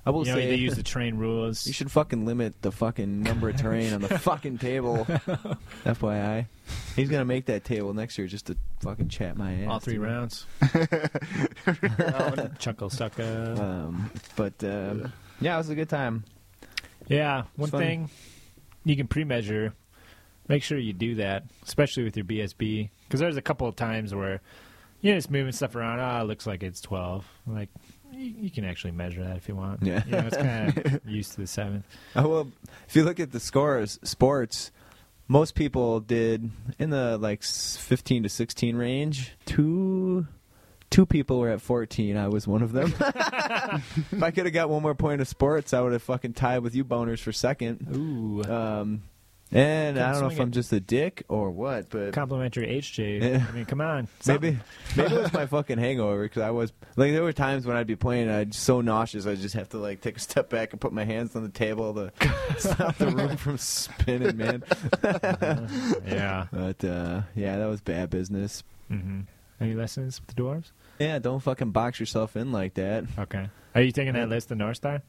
S2: I will
S1: you know,
S2: say
S1: they
S2: [laughs]
S1: use the train rules.
S2: You should fucking limit the fucking number of terrain on the
S1: [laughs]
S2: fucking table. FYI. He's going to make that table next year just to fucking chat my ass.
S1: all three
S2: [laughs]
S1: rounds. [laughs] Chuckle sucker.
S2: Um, but, uh, yeah, it was a good time.
S1: Yeah, one
S2: fun.
S1: thing you can pre-measure. Make sure you do that, especially with your BSB, because there's a couple of times where you know it's moving stuff around. Ah, it looks like it's twelve. Like you, you can actually measure that if you want.
S2: Yeah.
S1: you know, it's kind
S2: [laughs]
S1: of used to the seventh.
S2: Uh, well, if you look at the scores, sports, most people did in the, like, s- 15 to 16 range. Two... Two people were at 14. I was one of them. [laughs] if
S1: Uh,
S2: I could have got one more point of sports, I would have fucking tied with you boners for second.
S1: Ooh,
S2: Um, And I don't know
S1: swing
S2: if I'm
S1: it.
S2: just a dick or what, but
S1: Complimentary HJ.
S2: Yeah.
S1: I mean, come on. something.
S2: [laughs]
S1: [laughs]
S2: maybe maybe it was my fucking hangover because I was like there were times when I'd be playing and I'd so nauseous I'd just have to like take a step back and put my hands on the [laughs] table to stop the room from spinning, man.
S1: Yeah.
S2: But uh, yeah, that was bad business.
S1: hmm Any lessons with the dwarves?
S2: Yeah, don't fucking box yourself in like that.
S1: Okay. Are you taking that list to North Star?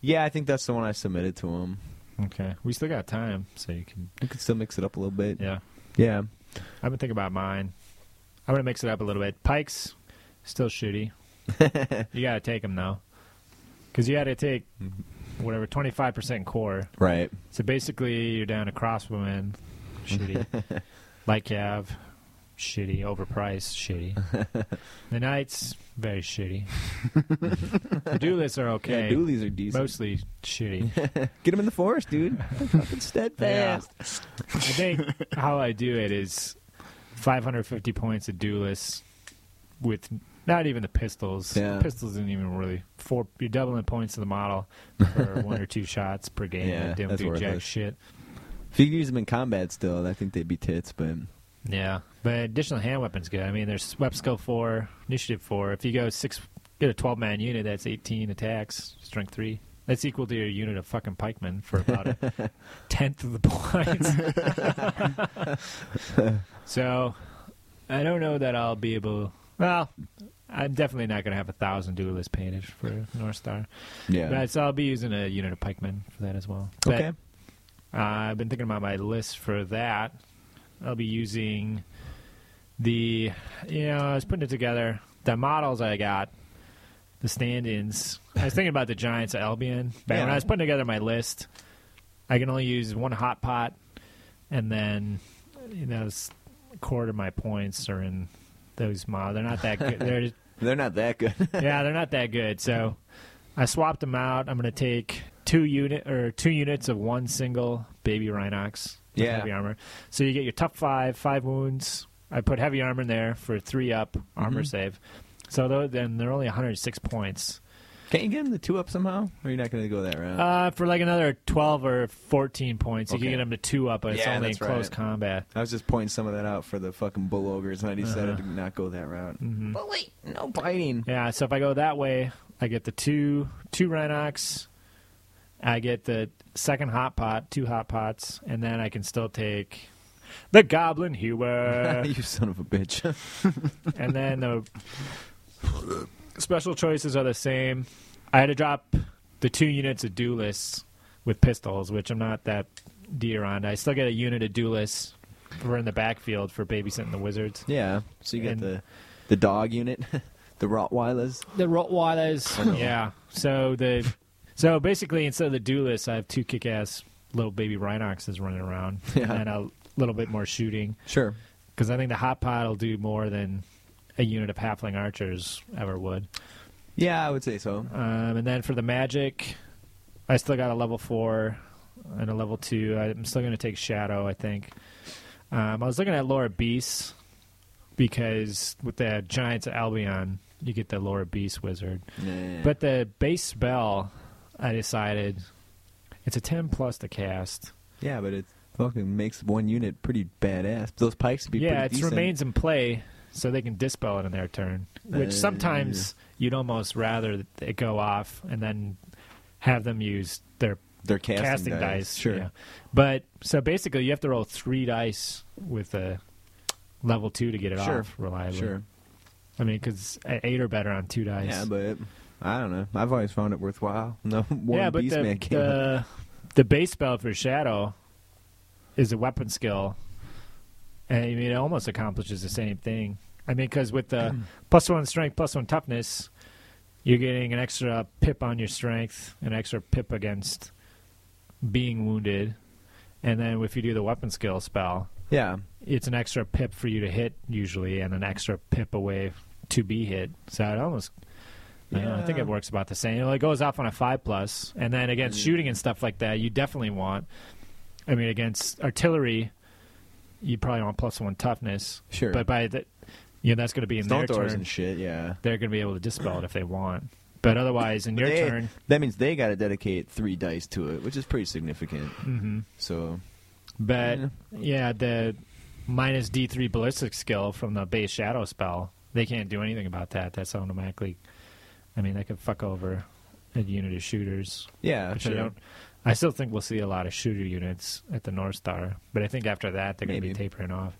S2: Yeah, I think that's the one I submitted to him.
S1: Okay. We still got time, so you can.
S2: We could still mix it up a little bit.
S1: Yeah.
S2: Yeah.
S1: I've been thinking about mine. I'm gonna mix it up a little bit. Pikes, still shitty. you gotta take them though, because you had to take whatever 25% core.
S2: Right.
S1: So basically, you're down to crosswoman, shitty, light cav, shitty, overpriced, shitty. the knights, very shitty. the duelists are okay.
S2: Yeah, dualies are decent.
S1: mostly shitty.
S2: Get him in the
S1: [laughs]
S2: forest, dude. fucking steadfast.
S1: I think how I do it is 550 points of duelist with not even the pistols.
S2: Yeah.
S1: Pistols didn't even really four. You're doubling points of the model
S2: [laughs]
S1: for one or two shots per game.
S2: Yeah,
S1: that didn't
S2: that's
S1: do jack
S2: worthless.
S1: shit.
S2: If you could use them in combat still, I think they'd be tits, but
S1: Yeah, but additional hand weapons good. I mean, there's web skill four, initiative four. If you go six, get a 12 man unit. That's 18 attacks, strength three. That's equal to your unit of fucking pikemen for about
S2: [laughs]
S1: a tenth of the points. [laughs] so, I don't know that I'll be able. Well, I'm definitely not going to have a thousand duelists painted for North Star.
S2: yeah.
S1: But so I'll be using a unit of pikemen for that as well. But
S2: okay.
S1: uh, I've been thinking about my list for that. I'll be using the, you know, I was putting it together. The models I got, the stand ins. I was thinking about the Giants of Albion. But when
S2: Yeah.
S1: I was putting together my list, I can only use one hot pot, and then, you know, s- quarter of my points are in those models. They're not that good. They're
S2: They're not that good.
S1: yeah, they're not that good. So I swapped them out. I'm going to take two unit or two units of one single baby Rhinox with
S2: Yeah.
S1: heavy armor. So you get your tough five, five wounds. I put heavy armor in there for three up
S2: Mm-hmm.
S1: armor save. So though, then they're only 106 points.
S2: Can't you get him the two up somehow? Or are you not going to go that route?
S1: Uh, for like another 12 or 14 points, you
S2: Okay.
S1: can get them to two up, but it's only
S2: Yeah,
S1: in
S2: that's
S1: close
S2: right.
S1: combat.
S2: I was just pointing some of that out for the fucking bull ogres,
S1: Uh-huh.
S2: and I decided to not go that route.
S1: Mm-hmm.
S2: But wait, no biting.
S1: Yeah, so if I go that way, I get the two two Rhinox, I get the second hot pot, two hot pots, and then I can still take the Goblin
S2: [laughs]
S1: Hewer,
S2: you son of a bitch. [laughs]
S1: and then the special choices are the same. I had to drop the two units of duelists with pistols, which I'm not that dear on. I still get a unit of duelists for in the backfield for babysitting the wizards.
S2: yeah. So you got
S1: And-
S2: the the dog unit, [laughs] the Rottweilers.
S1: The Rottweilers. [laughs] yeah. So the so basically instead of the duelists, I have two kick-ass little baby rhinoxes running around,
S2: Yeah.
S1: and a little bit more shooting
S2: Sure.
S1: because I think the hot pot will do more than a unit of halfling archers ever would.
S2: Yeah, I would say so.
S1: Um, and then for the magic, I still got a level four and a level two. I'm still going to take shadow, I think. Um, I was looking at Laura Beast because with the Giants of Albion, you get the Laura Beast wizard.
S2: Yeah.
S1: But the base spell, I decided it's a 10 plus to cast.
S2: yeah, but it fucking makes one unit pretty badass. Those pikes would be
S1: yeah,
S2: pretty
S1: it
S2: decent.
S1: remains in play, so they can dispel it in their turn, which
S2: Uh,
S1: sometimes you'd almost rather it go off and then have them use their
S2: They're casting,
S1: casting, dice.
S2: Sure.
S1: yeah. But so basically, you have to roll three dice with a level two to get it
S2: Sure.
S1: off reliably.
S2: Sure.
S1: I mean, because eight or better on two dice.
S2: Yeah, but I don't know. I've always found it worthwhile. [laughs] No, one
S1: yeah, but
S2: beast
S1: the,
S2: man came up.
S1: the, the base spell for Shadow is a weapon skill, and I mean, it almost accomplishes the same thing. I mean, because with the
S2: [clears throat]
S1: plus one strength, plus one toughness, you're getting an extra pip on your strength, an extra pip against being wounded, and then if you do the weapon skill spell,
S2: Yeah,
S1: it's an extra pip for you to hit usually, and an extra pip away to be hit. So it almost, I, don't know, I think
S2: Yeah.
S1: it
S2: Mm-hmm.
S1: works about the same. Well, it goes off on a five plus, and then against shooting and stuff like that, you definitely want. I mean, against artillery, you probably want plus one toughness,
S2: sure.
S1: but by the, you know, that's going to be in
S2: Stone
S1: their
S2: doors
S1: turn.
S2: and shit. Yeah,
S1: They're going to be able to dispel it if they want. But otherwise, in your
S2: They-
S1: turn,
S2: That means they got to dedicate three dice to it, which is pretty significant. Mm-hmm. So
S1: But yeah, the minus D three ballistic skill from the base shadow spell, they can't do anything about that. That's automatically. I mean, that could fuck over a unit of shooters.
S2: Yeah,
S1: which I
S2: sure.
S1: don't. I still think we'll see a lot of shooter units at the North Star, but I think after that they're going to be
S2: Maybe.
S1: tapering off.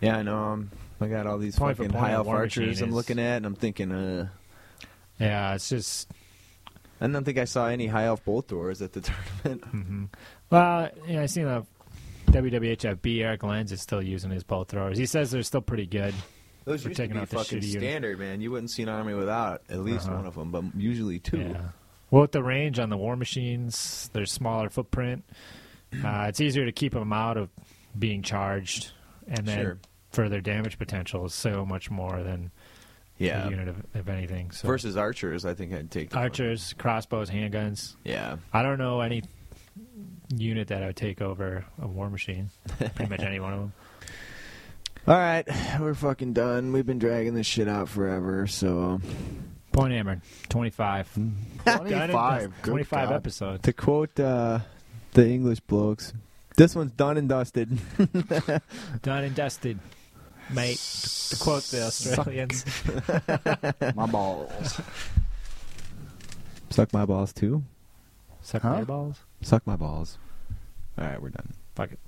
S2: Yeah, I know. Um, I got all these
S1: Point for
S2: fucking
S1: point,
S2: high elf
S1: War Machine
S2: archers I'm
S1: is-
S2: looking at, and I'm thinking, uh,
S1: Yeah, it's just
S2: I don't think I saw any high elf bolt doors at the [laughs] tournament.
S1: Hmm. Well, yeah, I seen the WWHFB Eric Lenz is still using his bolt throwers. He says they're still pretty good.
S2: Those
S1: For
S2: used to
S1: taking
S2: be
S1: out the
S2: fucking
S1: shitty unit.
S2: standard, man. You wouldn't see an army without at least
S1: Uh-huh.
S2: one of them, but usually two.
S1: Yeah. Well, with the range on the war machines, their smaller footprint, uh, it's easier to keep them out of being charged, and then
S2: Sure.
S1: further damage potential is so much more than
S2: Yeah.
S1: a unit of, of anything. So
S2: Versus archers, I think I'd take the
S1: archers, crossbows, handguns.
S2: Yeah.
S1: I don't know any unit that I would take over a war
S2: [laughs]
S1: machine. Pretty much any one of them.
S2: All right, [sighs] we're fucking done. We've been dragging this shit out forever, so. um,
S1: Point hammered, twenty five.
S3: 25. Hmm. Good
S1: 25
S3: God.
S1: episodes.
S2: To quote uh, the English blokes, this one's done and dusted. [laughs]
S1: Done and dusted, mate. To quote the
S3: [laughs]
S1: Australians.
S3: My balls.
S2: Suck my balls, too.
S1: Suck
S3: Huh?
S1: my balls.
S2: Suck my balls. All right, we're done.
S1: Fuck it.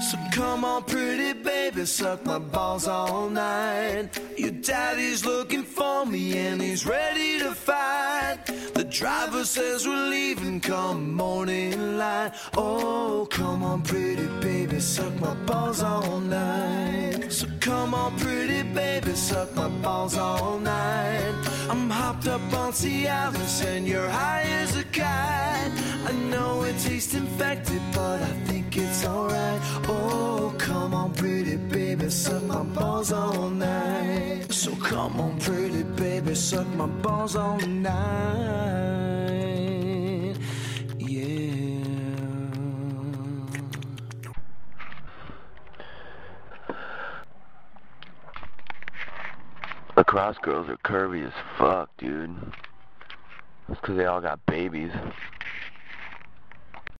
S4: So come on, pretty baby, suck my balls all night. Your daddy's looking for me and he's ready to fight. The driver says we're leaving come morning light. Oh, come on, pretty baby, suck my balls all night. So come on, pretty baby, suck my balls all night. I'm hopped up on Cialis and you're high as a kite. I know it tastes infected, but I think it's alright. Oh, come on, pretty baby, suck my balls all night. So come on, pretty baby, suck my balls all night. Yeah.
S7: Lacrosse girls are curvy as fuck, dude. That's 'cause they all got babies.